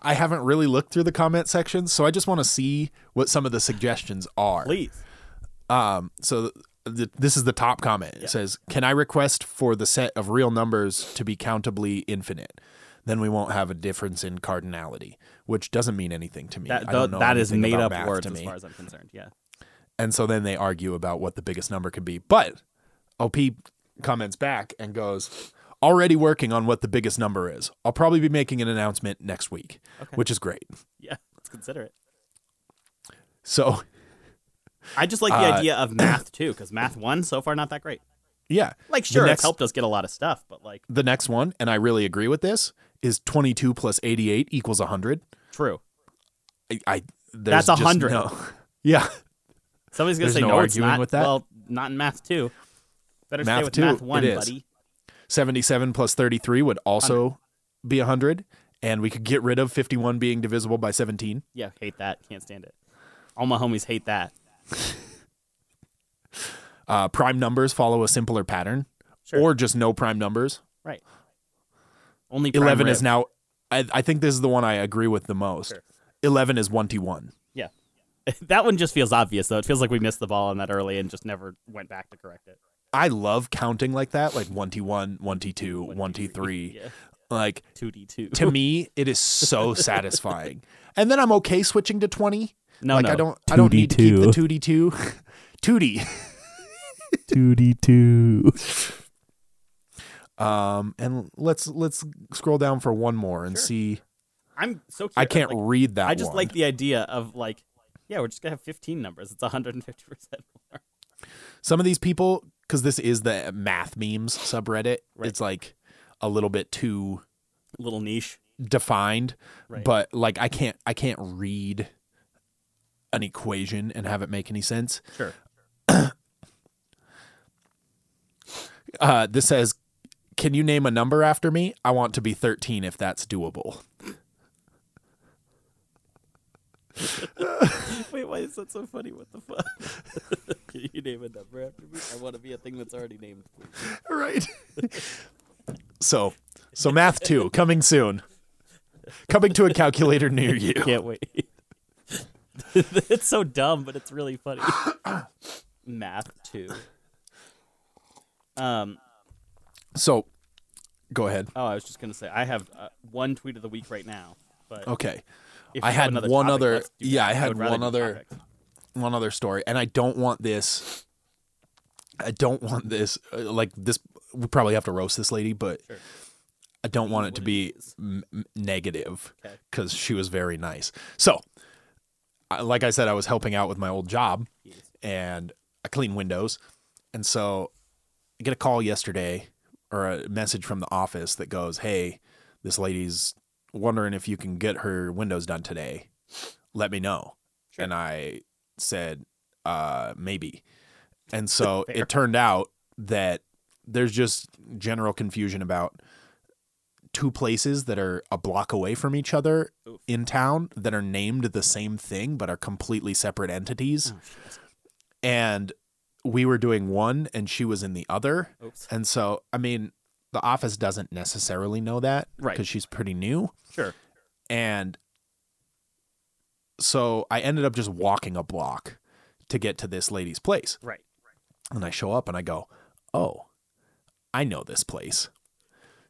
Speaker 3: haven't really looked through the comment section, so I just want to see what some of the suggestions are.
Speaker 2: Please.
Speaker 3: So th- th- this is the top comment. It says, "Can I request for the set of real numbers to be countably infinite?" Then we won't have a difference in cardinality, which doesn't mean anything to me.
Speaker 2: That
Speaker 3: I don't know
Speaker 2: that is
Speaker 3: anything
Speaker 2: made
Speaker 3: about
Speaker 2: up
Speaker 3: math
Speaker 2: words
Speaker 3: to
Speaker 2: as
Speaker 3: me.
Speaker 2: far as I'm concerned. Yeah.
Speaker 3: And so then they argue about what the biggest number could be. But OP comments back and goes, already working on what the biggest number is. I'll probably be making an announcement next week, which is great.
Speaker 2: Yeah. Let's consider it.
Speaker 3: So,
Speaker 2: I just like the
Speaker 3: Uh,
Speaker 2: idea of math too, because math one so far not that great.
Speaker 3: yeah.
Speaker 2: Like
Speaker 3: The
Speaker 2: sure,
Speaker 3: next-
Speaker 2: it's helped us get a lot of stuff, but like
Speaker 3: The next one, and I really agree with this, is 22 plus 88 equals 100.
Speaker 2: true.
Speaker 3: I, I there's
Speaker 2: That's
Speaker 3: just
Speaker 2: 100.
Speaker 3: No, yeah.
Speaker 2: Somebody's gonna
Speaker 3: There's
Speaker 2: say
Speaker 3: no
Speaker 2: no, it's
Speaker 3: arguing
Speaker 2: not.
Speaker 3: with that?
Speaker 2: Well, not in math two. Better stay
Speaker 3: Math
Speaker 2: with
Speaker 3: two,
Speaker 2: math one,
Speaker 3: it is.
Speaker 2: buddy.
Speaker 3: 77 plus 33 would also be 100. And we could get rid of 51 being divisible by 17.
Speaker 2: Yeah, hate that. Can't stand it. All my homies hate that.
Speaker 3: uh, prime numbers follow a simpler pattern
Speaker 2: Sure.
Speaker 3: or just no prime numbers.
Speaker 2: Right. Only prime
Speaker 3: 11
Speaker 2: rib.
Speaker 3: is now, I, I think this is the one I agree with the most. 11 is 1 to 1.
Speaker 2: Yeah. that one just feels obvious though. It feels like we missed the ball on that early and just never went back to correct it.
Speaker 3: I love counting like that, like 1 to 1, 1 to 2, 1 to 3.
Speaker 2: Yeah.
Speaker 3: Like,
Speaker 2: 2D2.
Speaker 3: to me, it is so satisfying. And then I'm okay switching to 20.
Speaker 2: No,
Speaker 3: like,
Speaker 2: no.
Speaker 3: I don't, I don't need to keep the
Speaker 1: 2D2.
Speaker 3: 2D2. 2D.
Speaker 1: 2D2.
Speaker 3: Um, and let's let's scroll down for one more and see.
Speaker 2: I'm so curious.
Speaker 3: I can't
Speaker 2: like,
Speaker 3: read that.
Speaker 2: I just
Speaker 3: one.
Speaker 2: like the idea of like yeah, we're just going to have 15 numbers. It's 150% more.
Speaker 3: some of these people because this is the math memes subreddit
Speaker 2: Right.
Speaker 3: it's like a little bit too
Speaker 2: Little niche.
Speaker 3: defined
Speaker 2: Right.
Speaker 3: but like i can't i can't read an equation and have it make any sense
Speaker 2: Sure.
Speaker 3: uh, this says can you name a number after me i want to be 13 if that's doable
Speaker 2: Wait, why is that so funny? What the fuck? Can you name a number after me? I want to be a thing that's already named. please.
Speaker 3: right so so math 2 coming soon coming to a calculator near you
Speaker 2: Can't wait. it's so dumb, but it's really funny. Math two. Um.
Speaker 3: so go ahead
Speaker 2: Oh, I was just gonna say I have uh, one tweet of the week right now, but
Speaker 3: okay
Speaker 2: if
Speaker 3: I
Speaker 2: you have
Speaker 3: had
Speaker 2: another
Speaker 3: one
Speaker 2: topic,
Speaker 3: other-
Speaker 2: let's do
Speaker 3: yeah,
Speaker 2: that.
Speaker 3: I had
Speaker 2: would rather
Speaker 3: one
Speaker 2: do
Speaker 3: other-
Speaker 2: topics.
Speaker 3: one other story, and I don't want this. I don't want this. uh, Like this, we probably have to roast this lady, but
Speaker 2: Sure.
Speaker 3: I don't want it to
Speaker 2: what it
Speaker 3: be
Speaker 2: is.
Speaker 3: m- m- negative
Speaker 2: Okay.
Speaker 3: because she was very nice. So, I, like I said, I was helping out with my old job, and I clean windows, and so I get a call yesterday or a message from the office that goes, "Hey, this lady's wondering if you can get her windows done today. Let me know." And I said, uh, "Maybe." And so it turned out that there's just general confusion about two places that are a block away from each other in town that are named the same thing but are completely separate
Speaker 2: Mm.
Speaker 3: entities.
Speaker 2: Oh,
Speaker 3: and we were doing one and she was in the other.
Speaker 2: Oops.
Speaker 3: And so, I mean, the office doesn't necessarily know that
Speaker 2: Right.
Speaker 3: because she's pretty new.
Speaker 2: Sure.
Speaker 3: And so I ended up just walking a block to get to this lady's place.
Speaker 2: Right.
Speaker 3: And I show up and I go, Oh, I know this place.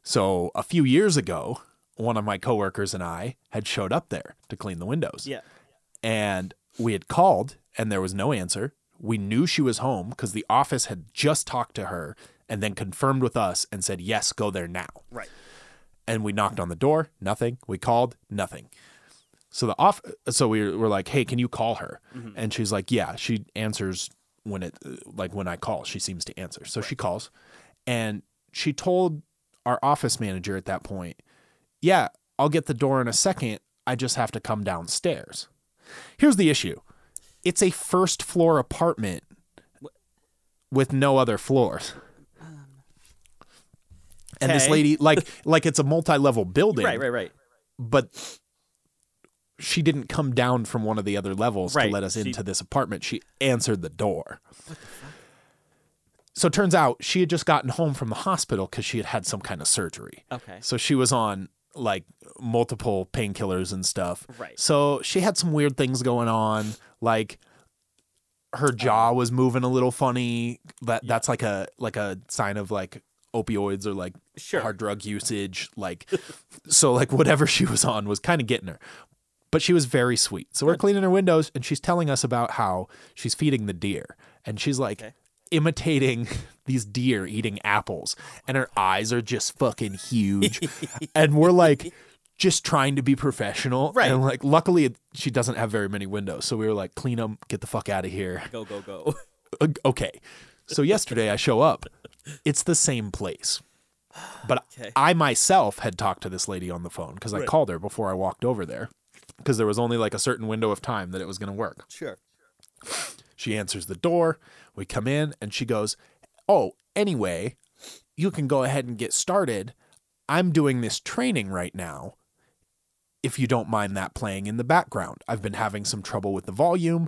Speaker 3: So a few years ago, one of my coworkers and I had showed up there to clean the windows.
Speaker 2: Yeah.
Speaker 3: And we had called and there was no answer. We knew she was home because the office had just talked to her and then confirmed with us and said, Yes, go there now
Speaker 2: Right.
Speaker 3: and we knocked on the door, nothing. We called, nothing. So the off, so we were like, "Hey, can you call her?" And she's like, "Yeah." She answers when it, like when I call, she seems to answer. So she calls, and she told our office manager at that point, "Yeah, I'll get the door in a second. I just have to come downstairs." Here's the issue: it's a first floor apartment with no other floors. And this
Speaker 2: Okay.
Speaker 3: lady, like, like it's a multi-level building,
Speaker 2: Right. Right. Right.
Speaker 3: but she didn't come down from one of the other levels
Speaker 2: Right,
Speaker 3: to let us
Speaker 2: she-
Speaker 3: into this apartment. She answered the door. So it turns out she had just gotten home from the hospital because she had had some kind of surgery.
Speaker 2: Okay.
Speaker 3: So she was on like multiple painkillers and stuff.
Speaker 2: Right.
Speaker 3: So she had some weird things going on. Like her
Speaker 2: Uh-huh.
Speaker 3: jaw was moving a little funny. That that's like a like a sign of like opioids or like
Speaker 2: Sure.
Speaker 3: hard drug usage. Like so like whatever she was on was kind of getting her. But she was very sweet. So we're cleaning her windows and she's telling us about how she's feeding the deer. And she's like
Speaker 2: Okay.
Speaker 3: imitating these deer eating apples. And her eyes are just fucking huge. and we're like just trying to be professional.
Speaker 2: Right.
Speaker 3: And like luckily she doesn't have very many windows. So we were like, clean them, get the fuck out of here.
Speaker 2: Go. Go. Go.
Speaker 3: Uh, okay. So yesterday I show up. It's the same place. But
Speaker 2: Okay.
Speaker 3: I myself had talked to this lady on the phone because I called her before I walked over there because there was only like a certain window of time that it was going to work.
Speaker 2: Sure.
Speaker 3: She answers the door. We come in and she goes, Oh, anyway, you can go ahead and get started. I'm doing this training right now. If you don't mind that playing in the background, I've been having some trouble with the volume.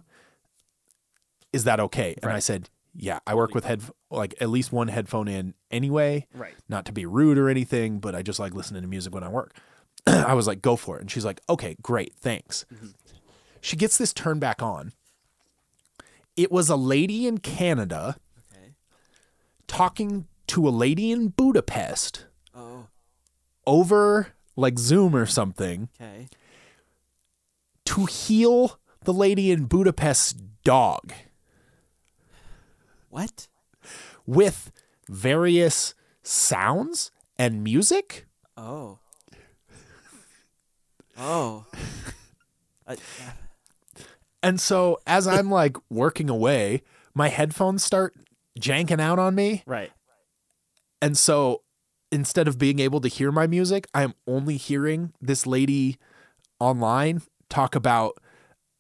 Speaker 3: Is that okay? And I said, Yeah, I work with head like at least one headphone in anyway.
Speaker 2: Right.
Speaker 3: Not to be rude or anything, but I just like listening to music when I work. I was like, Go for it. And she's like, Okay, great, thanks. She gets this turn back on it was a lady in Canada
Speaker 2: Okay.
Speaker 3: talking to a lady in Budapest
Speaker 2: Oh.
Speaker 3: over like Zoom or something
Speaker 2: Okay.
Speaker 3: to heal the lady in Budapest's dog
Speaker 2: What?
Speaker 3: with various sounds and music.
Speaker 2: Oh. Oh. I, uh,
Speaker 3: And so as I'm like working away, my headphones start janking out on me.
Speaker 2: right.
Speaker 3: And so instead of being able to hear my music, I'm only hearing this lady online talk about,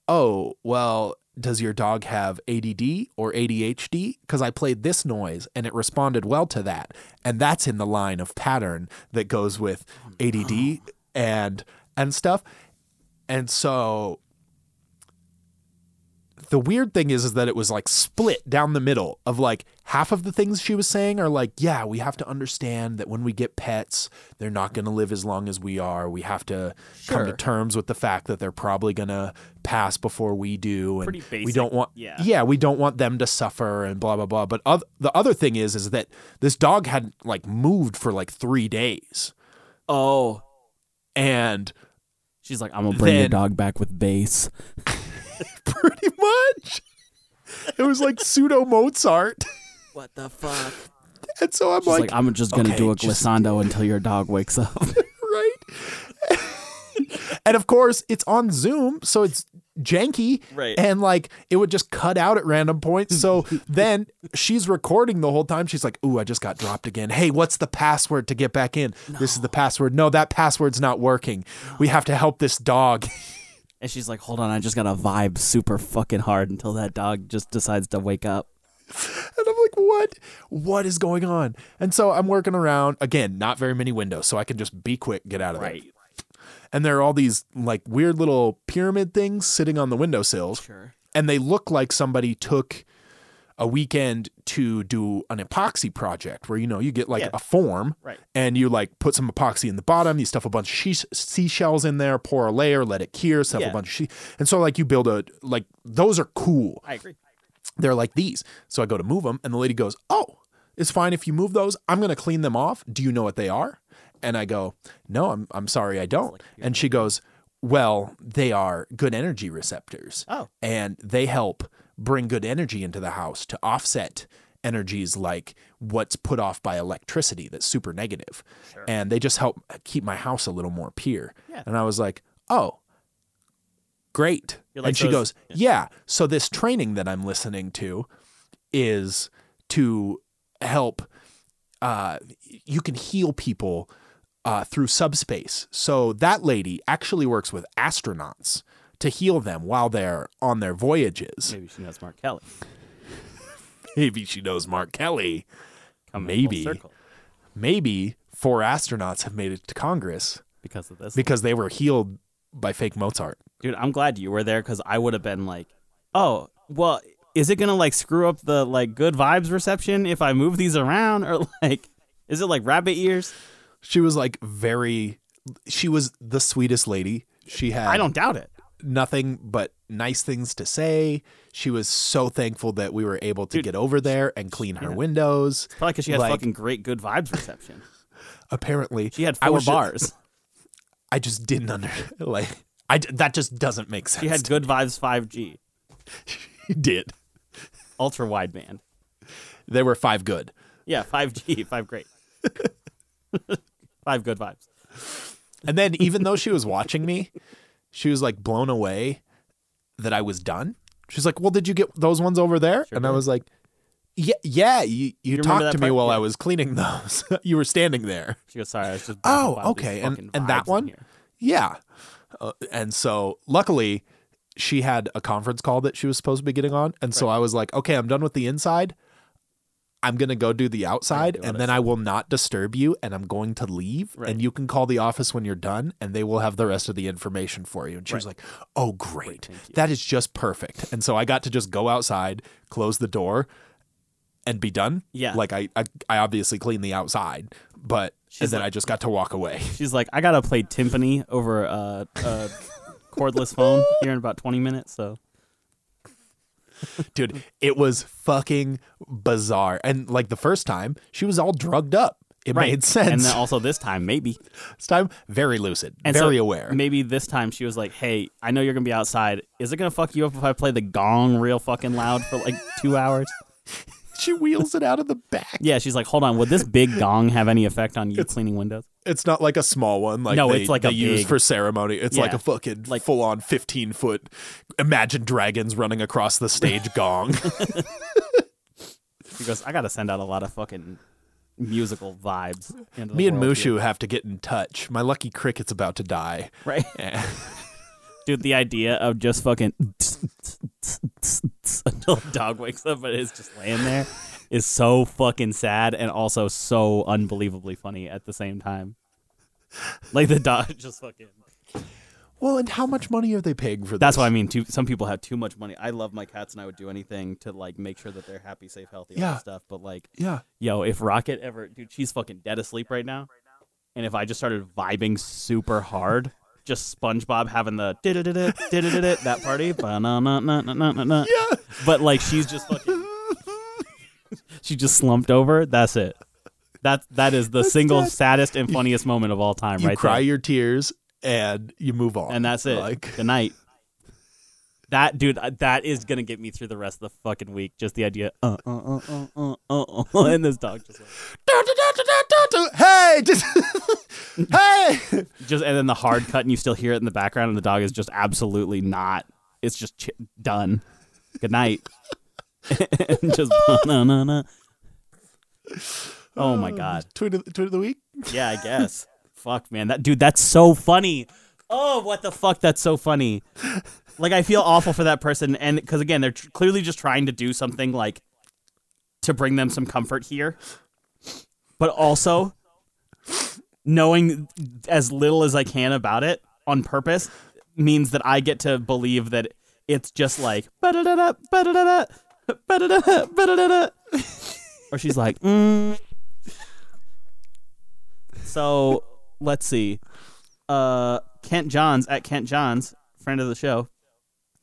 Speaker 3: oh, well, does your dog have ADD or ADHD? Because I played this noise and it responded well to that. And that's in the line of pattern that goes with ADD and and stuff. And so the weird thing is, is that it was like split down the middle of like half of the things she was saying are like, yeah, we have to understand that when we get pets, they're not going to live as long as we are. We have to come to
Speaker 2: Sure.
Speaker 3: terms with the fact that they're probably going to pass before we do. And
Speaker 2: Pretty
Speaker 3: we
Speaker 2: basic,
Speaker 3: don't want,
Speaker 2: yeah.
Speaker 3: we don't want them to suffer and blah, blah, blah. But oth- the other thing is, is that this dog had like moved for like three days
Speaker 2: Oh.
Speaker 3: and
Speaker 2: She's like,
Speaker 1: I'm gonna bring
Speaker 3: Then-
Speaker 1: the dog back with bass.
Speaker 3: pretty much it was like pseudo Mozart.
Speaker 2: what the fuck?
Speaker 3: And so I'm
Speaker 1: She's like,
Speaker 3: like,
Speaker 1: I'm just gonna
Speaker 3: okay,
Speaker 1: do a
Speaker 3: just-
Speaker 1: glissando until your dog wakes up.
Speaker 3: right? and of course, it's on Zoom, so it's janky.
Speaker 2: Right.
Speaker 3: And like it would just cut out at random points. So then she's recording the whole time. She's like, Ooh, I just got dropped again. Hey, what's the password to get back in? This is the password. No, that password's not working. We have to help this dog.
Speaker 1: and she's like, Hold on, I just gotta vibe super fucking hard until that dog just decides to wake up.
Speaker 3: And I'm like, what? What is going on? And so I'm working around. Again, not very many windows, so I can just be quick, get out of
Speaker 2: Right.
Speaker 3: there. And there are all these like weird little pyramid things sitting on the windowsills.
Speaker 1: Sure.
Speaker 3: And they look like somebody took a weekend to do an epoxy project where, you know, you get like
Speaker 2: Yeah.
Speaker 3: a form
Speaker 2: Right.
Speaker 3: and you like put some epoxy in the bottom, you stuff a bunch of she- seashells in there, pour a layer, let it cure, stuff
Speaker 2: Yeah.
Speaker 3: a bunch of she. And so like you build a, like those are cool
Speaker 2: I agree.
Speaker 3: they're like these. So I go to move them, and the lady goes, Oh, it's fine if you move those. I'm going to clean them off. Do you know what they are? And I go, No, I'm, I'm sorry, I don't. And she goes, Well, they are good energy receptors.
Speaker 2: Oh.
Speaker 3: And they help bring good energy into the house to offset energies like what's put off by electricity that's super negative. And they just help keep my house a little more pure.
Speaker 2: Yeah.
Speaker 3: And I was like, Oh, great.
Speaker 2: You're like
Speaker 3: and she goes,
Speaker 2: those-
Speaker 3: yeah. So this training that I'm listening to is to help. Uh, you can heal people uh, through subspace. So that lady actually works with astronauts to heal them while they're on their voyages.
Speaker 2: Maybe she knows Mark Kelly.
Speaker 3: Maybe she knows Mark Kelly.
Speaker 2: Coming full
Speaker 3: Maybe.
Speaker 2: circle
Speaker 3: Maybe four astronauts have made it to Congress
Speaker 2: because of this.
Speaker 3: because they were healed by fake Mozart.
Speaker 2: Dude, I'm glad you were there because I would have been like, oh, well, is it gonna like screw up the like good vibes reception if I move these around or like, is it like rabbit ears?
Speaker 3: She was like very. She was the sweetest lady. She had.
Speaker 2: I don't doubt it.
Speaker 3: nothing but nice things to say. She was so thankful that we were able to
Speaker 2: Dude,
Speaker 3: get over there and clean her windows.
Speaker 2: Probably because she has
Speaker 3: Like-
Speaker 2: fucking great good vibes reception.
Speaker 3: Apparently,
Speaker 2: She had
Speaker 3: I
Speaker 2: four
Speaker 3: was ju-
Speaker 2: bars.
Speaker 3: I just didn't under like. I d- that just doesn't make sense.
Speaker 2: she had good vibes 5G,
Speaker 3: She did.
Speaker 2: ultra wideband.
Speaker 3: There were five good.
Speaker 2: Yeah, 5G, five great, five good vibes.
Speaker 3: And then even though she was watching me, she was like blown away that I was done. She's like, "Well, did you get those ones over there?" and I was like, "Yeah, yeah, you, you,
Speaker 2: remember
Speaker 3: talked
Speaker 2: that
Speaker 3: to me
Speaker 2: part?
Speaker 3: while
Speaker 2: Yeah.
Speaker 3: I was cleaning those. you were standing there."
Speaker 2: She goes, sorry, I was just.
Speaker 3: Oh,
Speaker 2: about these
Speaker 3: okay, and-
Speaker 2: fucking
Speaker 3: and that
Speaker 2: vibes in
Speaker 3: one?
Speaker 2: here."
Speaker 3: Yeah. Uh, and so luckily she had a conference call that she was supposed to be getting on. And so I was like, okay, I'm done with the inside. I'm going to go do the outside
Speaker 2: do what
Speaker 3: and
Speaker 2: I
Speaker 3: then I will not disturb you and I'm going to leave.
Speaker 2: Right.
Speaker 3: And you can call the office when you're done and they will have the rest of the information for you. And she was like, oh, great. that is just perfect. And so I got to just go outside, close the door, and be done.
Speaker 2: Yeah.
Speaker 3: Like I, I, I obviously cleaned the outside, but
Speaker 2: She's
Speaker 3: and then
Speaker 2: like-
Speaker 3: I just got to walk away.
Speaker 2: She's like, I gotta play timpani over a, a cordless phone here in about 20 minutes, so. Mm.
Speaker 3: dude it was fucking bizarre and like the first time she was all drugged up it made sense
Speaker 2: And then also this time, maybe.
Speaker 3: this time very lucid
Speaker 2: And
Speaker 3: very
Speaker 2: so
Speaker 3: aware
Speaker 2: Maybe this time she was like, hey, I know you're going to be outside. Is it going to fuck you up if I play the gong real fucking loud for like two hours?
Speaker 3: she wheels it out of the back
Speaker 2: Yeah, she's like, hold on. Would this big gong have any effect on you cleaning windows?
Speaker 3: it's not like a small one like
Speaker 2: No,
Speaker 3: they,
Speaker 2: it's like
Speaker 3: they
Speaker 2: a
Speaker 3: use
Speaker 2: big-
Speaker 3: for ceremony it's like
Speaker 2: Yeah.
Speaker 3: a fucking
Speaker 2: Like-
Speaker 3: full-on 15 foot imagine dragons running across the stage gong
Speaker 2: She goes, I got to send out a lot of fucking musical vibes. into the
Speaker 3: me and
Speaker 2: world
Speaker 3: mushu
Speaker 2: here."
Speaker 3: have to get in touch my lucky cricket's about to die
Speaker 2: Right? Dude, the idea of just fucking until a dog wakes up and is just laying there is so fucking sad and also so unbelievably funny at the same time. Like the dog just fucking.
Speaker 3: well and how much money are they paying for
Speaker 2: That's
Speaker 3: this
Speaker 2: what I mean. Too, some people have too much money. I love my cats and I would do anything to like make sure that they're happy, safe, healthy, all
Speaker 3: Yeah.
Speaker 2: that stuff. But like,
Speaker 3: yeah
Speaker 2: yo, if Rocket ever, dude, she's fucking dead asleep right now. And if I just started vibing super hard, just SpongeBob having the da-da-da-da, da-da-da-da, that party, ba-na-na-na-na-na-na,
Speaker 3: yeah
Speaker 2: but like she's just fucking, she just slumped over. That's it. That that is the single
Speaker 3: that.
Speaker 2: saddest and funniest moment of all time,
Speaker 3: you
Speaker 2: right
Speaker 3: cry
Speaker 2: there.
Speaker 3: your tears and you move on
Speaker 2: And that's it.
Speaker 3: like
Speaker 2: Good night. That dude, uh, that is gonna get me through the rest of the fucking week. Just the idea, uh, uh, uh, uh, uh, uh, uh, and this dog just, like,
Speaker 3: Hey, just hey.
Speaker 2: just, and then the hard cut, and you still hear it in the background, and the dog is just absolutely not. It's just ch- done. Good night. and just no, no, no. Oh my god.
Speaker 3: Tweet of, tweet of the week.
Speaker 2: Yeah, I guess. fuck, man. That dude, that's so funny. Oh, what the fuck? That's so funny. Like I feel awful for that person, and because again, they're tr- clearly just trying to do something like to bring them some comfort here. But also knowing as little as I can about it on purpose means that I get to believe that it's just like "Ba-da-da-da, ba-da-da-da, ba-da-da-da, ba-da-da-da." or she's like mm. So let's see. Uh, Kent Johns at Kent Johns, friend of the show,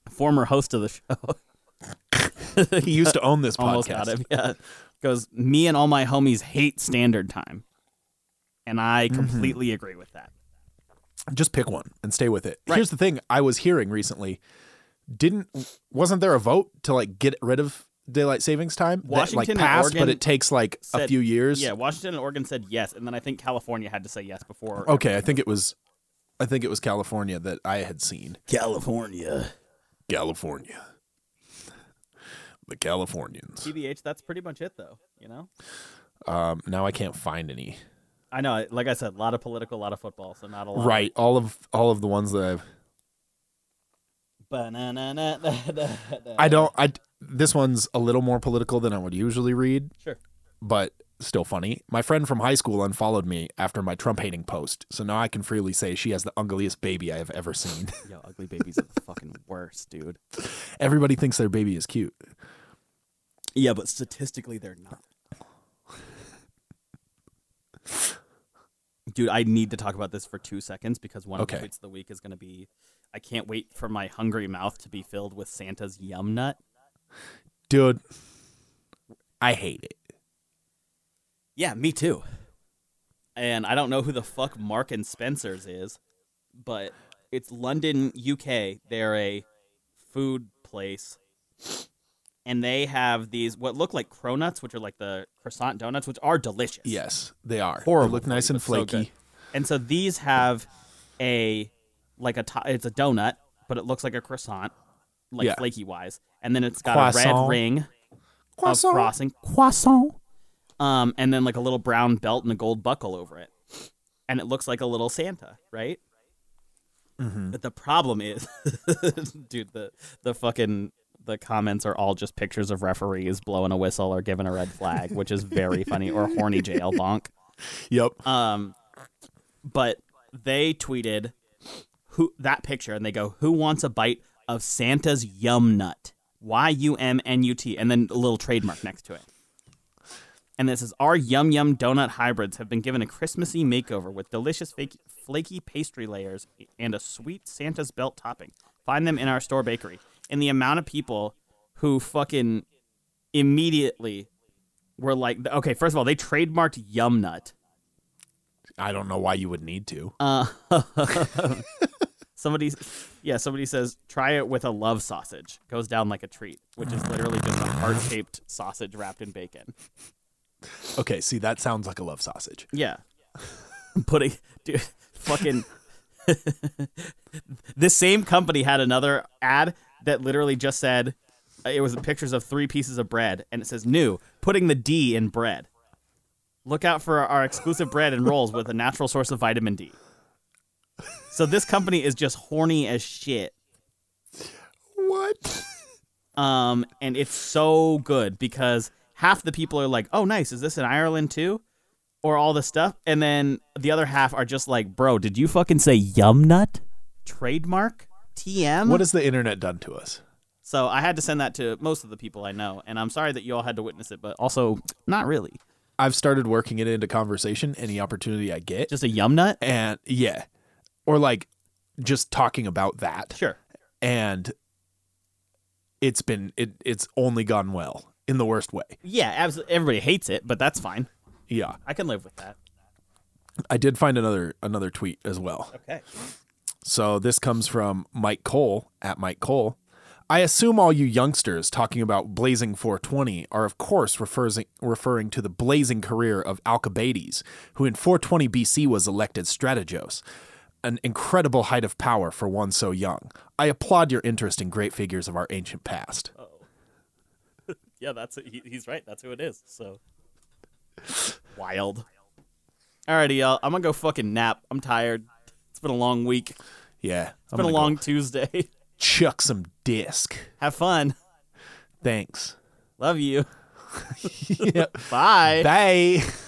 Speaker 2: former host of the show.
Speaker 3: He used to own this podcast.
Speaker 2: almost got him. Yeah, goes. Me and all my homies hate standard time, and I completely agree with that.
Speaker 3: Just pick one and stay with it. Here's the thing I was hearing recently. Didn't wasn't there a vote to like get rid of daylight savings time? that,
Speaker 2: Washington
Speaker 3: like
Speaker 2: and
Speaker 3: passed, but
Speaker 2: Oregon
Speaker 3: it takes like a
Speaker 2: said-
Speaker 3: few years.
Speaker 2: Yeah, Washington and Oregon said yes, and then I think California had to say yes before.
Speaker 3: Okay, I think it was I think it was California that I had seen.
Speaker 1: California.
Speaker 3: California. The Californians.
Speaker 2: TBH, that's pretty much it, though. You know,
Speaker 3: Um, now I can't find any.
Speaker 2: I know. Like I said, a lot of political, a lot of football, so not a lot.
Speaker 3: Right, all of all of the ones that I've
Speaker 2: Ba-na-na-na-na-na-na.
Speaker 3: I don't I this one's a little more political than I would usually read,
Speaker 2: Sure.
Speaker 3: but still funny. My friend from high school unfollowed me after my Trump hating post, so now I can freely say she has the ugliest baby I have ever seen.
Speaker 2: Yo, ugly babies are the fucking worst, dude.
Speaker 3: Everybody thinks their baby is cute.
Speaker 1: Yeah, but statistically they're not.
Speaker 2: Dude, I need to talk about this for two seconds because one
Speaker 3: Okay.
Speaker 2: of the tweets of the week is going to be I can't wait for my hungry mouth to be filled with Santa's yum nut.
Speaker 3: Dude, I hate it.
Speaker 2: Yeah, me too. And I don't know who the fuck Mark and Spencer's is, but it's London, UK. They're a food place. And they have these what look like cronuts, which are like the croissant donuts, which are delicious.
Speaker 3: Yes, they are.
Speaker 2: Horrible
Speaker 3: They look
Speaker 2: for
Speaker 3: nice
Speaker 2: you,
Speaker 3: and
Speaker 2: but so
Speaker 3: flaky.
Speaker 2: good. And so these have a like a to- it's a donut, but it looks like a croissant, like
Speaker 3: Yeah.
Speaker 2: flaky wise. And then it's got a
Speaker 3: Croissant.
Speaker 2: red ring
Speaker 3: Croissant.
Speaker 2: of crossing,
Speaker 1: Croissant.
Speaker 2: um, and then like a little brown belt and a gold buckle over it, and it looks like a little Santa, right? But the problem is, dude, the the fucking the comments are all just pictures of referees blowing a whistle or giving a red flag, which is very funny, or horny jail bonk.
Speaker 3: Yep.
Speaker 2: Um, but they tweeted who that picture, and they go, "Who wants a bite of Santa's yum nut? Y U M N U T, and then a little trademark next to it." And this is our yum yum donut hybrids have been given a Christmassy makeover with delicious fake, flaky pastry layers and a sweet Santa's belt topping. Find them in our store bakery. And the amount of people who fucking immediately were like, okay, first of all, they trademarked yum nut.
Speaker 3: I don't know why you would need to.
Speaker 2: Uh, somebody, yeah, somebody says try it with a love sausage. Goes down like a treat, which is literally just a heart-shaped sausage wrapped in bacon.
Speaker 3: Okay, see that sounds like a love sausage.
Speaker 2: Yeah, putting dude, fucking. this same company had another ad that literally just said it was pictures of three pieces of bread, and it says new putting the D in bread. Look out for our exclusive bread and rolls with a natural source of vitamin D. So this company is just horny as shit.
Speaker 3: What?
Speaker 2: Um, and it's so good because half the people are like, "Oh, nice, is this in Ireland too?" Or all this stuff, and then the other half are just like, "Bro, did you fucking say yum nut trademark TM?"
Speaker 3: What has the internet done to us?
Speaker 2: so I had to send that to most of the people I know, and I'm sorry that you all had to witness it, but also not really.
Speaker 3: I've started working it into conversation any opportunity I get.
Speaker 2: Just a yum nut.
Speaker 3: and yeah or like just talking about that
Speaker 2: Sure.
Speaker 3: and it's been it it's only gone well in the worst way
Speaker 2: Yeah, absolutely. Everybody hates it, but that's fine.
Speaker 3: yeah
Speaker 2: I can live with that.
Speaker 3: i did find another another tweet as well
Speaker 2: Okay.
Speaker 3: so this comes from mike cole at mike cole i assume all you youngsters talking about blazing 420 are of course refers, referring to the blazing career of alcibiades who in 420 bc was elected strategos an incredible height of power for one so young. I applaud your interest in great figures of our ancient past.
Speaker 2: Yeah, that's he, he's right. That's who it is. So wild. Alrighty, y'all. I'm gonna go fucking nap. I'm tired. It's been a long week. It's
Speaker 3: Yeah. I'm
Speaker 2: been a
Speaker 3: gonna
Speaker 2: long
Speaker 3: go
Speaker 2: Tuesday.
Speaker 3: chuck some disc.
Speaker 2: Have fun.
Speaker 3: Thanks.
Speaker 2: Love you.
Speaker 3: yep.
Speaker 2: Bye.
Speaker 3: Bye.